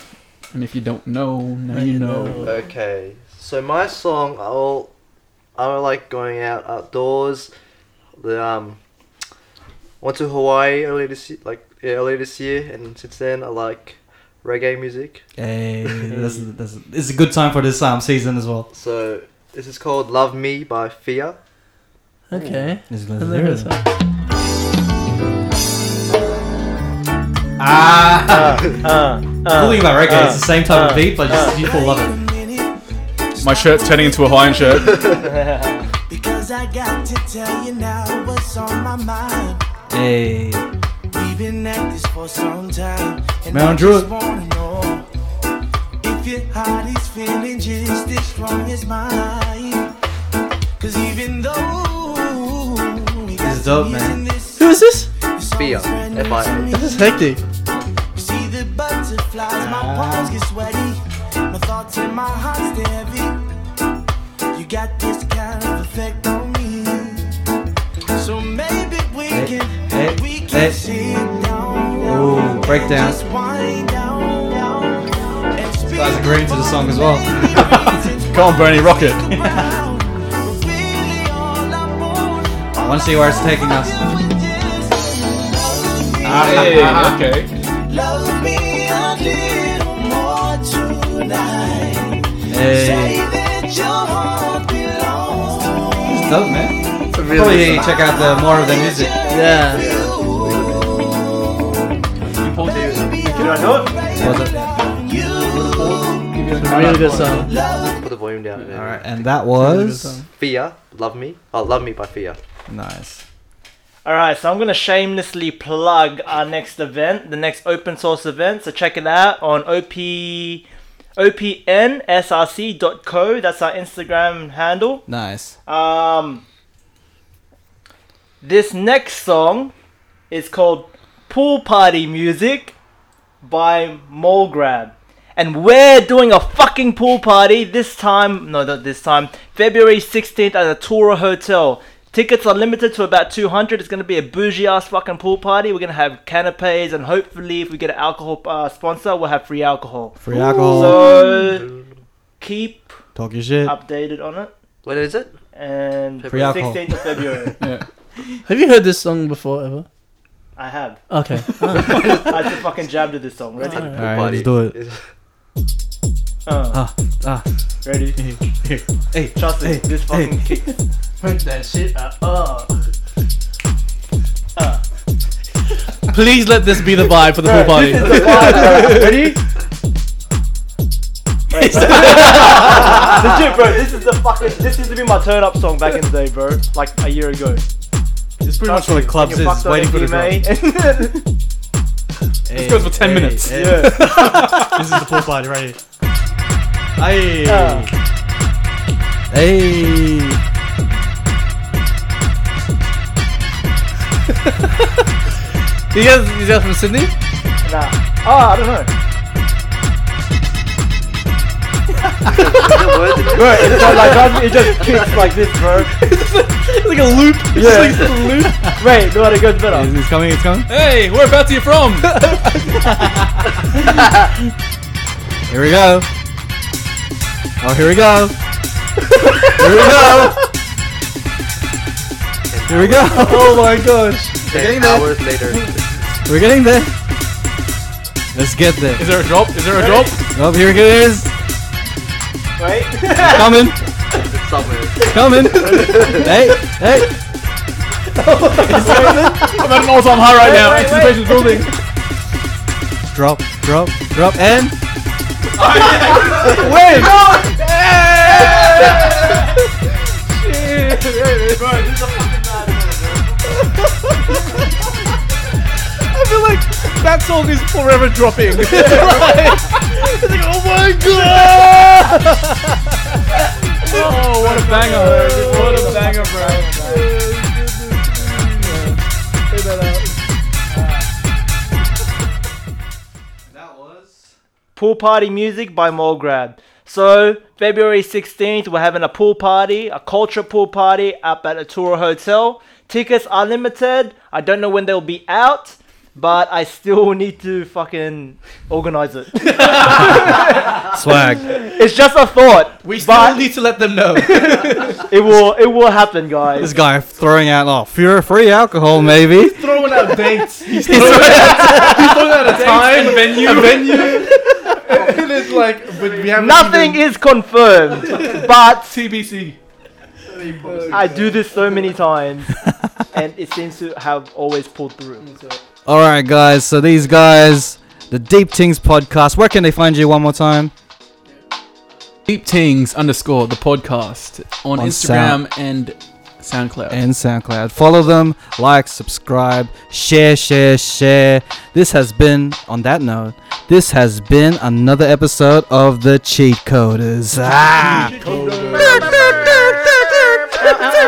E: And if you don't know, now you know.
D: Okay, so my song, I'll, I like going out outdoors. The um, went to Hawaii earlier this year, like yeah, earlier this year, and since then I like reggae music.
A: Hey, this is, this is, it's a good time for this um, season as well.
D: So this is called "Love Me" by Fia.
C: Okay.
A: It's
C: I never heard that.
A: Ah,
B: Uh,
A: cool
B: uh.
A: thing about reggae, it's the same type
B: uh,
A: of beat, but just people love it.
E: My shirt's turning into a Hawaiian shirt.
F: Because I got to tell you now what what's on my mind.
A: Hey,
F: We've been at this for some time. And
A: Man,
F: I
A: Drew.
F: just wanna know if your heart is feeling just as strong as mine. Cause even though we got
A: is dope,
F: some years
A: man.
F: in this,
C: Who is this?
F: this song
D: Fear.
F: is brand new
D: F.I.A..
F: to me.
C: This is hectic.
F: See the butterflies, my palms get sweaty. My thoughts and my heart stay heavy. You got this kind of effect on me. So maybe we can,
A: eh,
F: we
A: eh.
F: can sit down.
A: Ooh, breakdown.
F: Just wind down. down and speak
A: Starts agreeing to the song as well. <laughs>
F: about the reasons
E: Come on, Bernie, rock it.
F: we're around. But really all I want-
A: I want to <laughs> see where it's taking us. Ah,
E: okay.
F: Love me a little more tonight. Say
A: Hey,
F: that your heart belongs to me.
A: it's dope, man. Probably check out the more of their music.
C: Yeah.
B: Did I know it?
A: Was it?
C: Really good song.
D: Put the volume down.
A: All right, and that was
D: Fear, Love Me. Oh, Love Me by Fear.
A: nice.
B: All right, so I'm gonna shamelessly plug our next event, the next open source event. So check it out on op opnsrc.co. That's our Instagram handle.
A: Nice.
B: Um, this next song is called "Pool Party Music" by Mole Grab, and we're doing a fucking pool party this time. No, not this time. February 16th at the Tura Hotel. Tickets are limited to about 200. It's gonna be a bougie ass fucking pool party. We're gonna have canapes, and hopefully, if we get an alcohol uh, sponsor, we'll have free alcohol.
A: Free alcohol.
B: So keep
A: Talk your shit.
B: updated on it
D: When is it?
B: and
A: Free alcohol.
B: 16th of
A: <laughs>
B: February.
C: Have you heard this song before ever?
B: I have.
C: Okay.
B: I just fucking jabbed at this song. Ready?
D: Alright,
A: Alright, let's do it.
B: Uh,
A: Ah, ah.
B: ready?
A: Hey,
B: Trust me,
A: hey,
B: this fucking
A: hey.
B: kick. Put that shit up. Uh, uh.
C: <laughs> Please let this be the vibe for the pool party.
B: Ready? Legit, bro. This is the fucking. This used to be my turn up song back in the day, bro. Like a year ago.
A: It's pretty much
B: Trust
A: what
B: me,
A: the clubs
B: when you're
A: is
B: fucked up
A: waiting for the
B: and
A: drop.
B: <laughs> DMA.
A: This
E: goes for 10 minutes.
B: Yeah.
A: <laughs> This is the pool party right here. Hey.
B: Uh,
A: Hey.
C: You guys, you guys from Sydney?
B: nah. Oh, I don't know.
D: Word-
B: Bro, it's not like that, it just kicks like this, bro.
C: It's like a loop. It's
B: Yeah.
C: just like a loop.
A: <laughs>
B: Wait, no, it goes better.
A: It's it's coming, it's coming.
E: Hey, whereabouts are you from?
A: <laughs> Here we go. Oh, here we go. here we go. Here we go. Oh my gosh.
D: Ten hours later.
A: We're getting there. Let's get there.
E: Is there a drop? Is there a drop?
A: Oh, here it is. <laughs>
B: Wait.
A: Coming.
D: It's somewhere.
A: Coming. hey, hey.
E: I'm at an all-time high right now.
B: wait, wait.
E: Anticipation's building.
A: Drop, drop, drop, and.
C: I feel like that song is forever dropping. it's like, oh my god!
E: Oh, what a banger! What a banger, bro!
B: pool party music by Mole Grab. So February 16th, we're having a pool party, a culture pool party up at Atura Hotel. Tickets are limited. I don't know when they'll be out, but I still <laughs> need to fucking organize it.
A: Swag.
B: it's just a thought.
C: We
B: still But-
C: need to let them know.
B: <laughs> It will it will happen,
A: This
B: guys.
A: guy throwing out, oh, fear free alcohol, maybe.
C: Throwing out dates. He's
E: Time, venue, venue.
C: and it's like, but we have
B: Nothing is confirmed, but
E: TBC.
B: I do this so many times, and it seems to have always pulled through.
A: All right, guys. So these guys, the Deep Things podcast. Where can they find you one more time?
E: Deep Tings underscore the podcast on,
A: On
E: Instagram and SoundCloud.
A: and SoundCloud. Follow them, like, subscribe, share, share, share. This has been, on that note, this has been another episode of The Cheat Coders. Ah!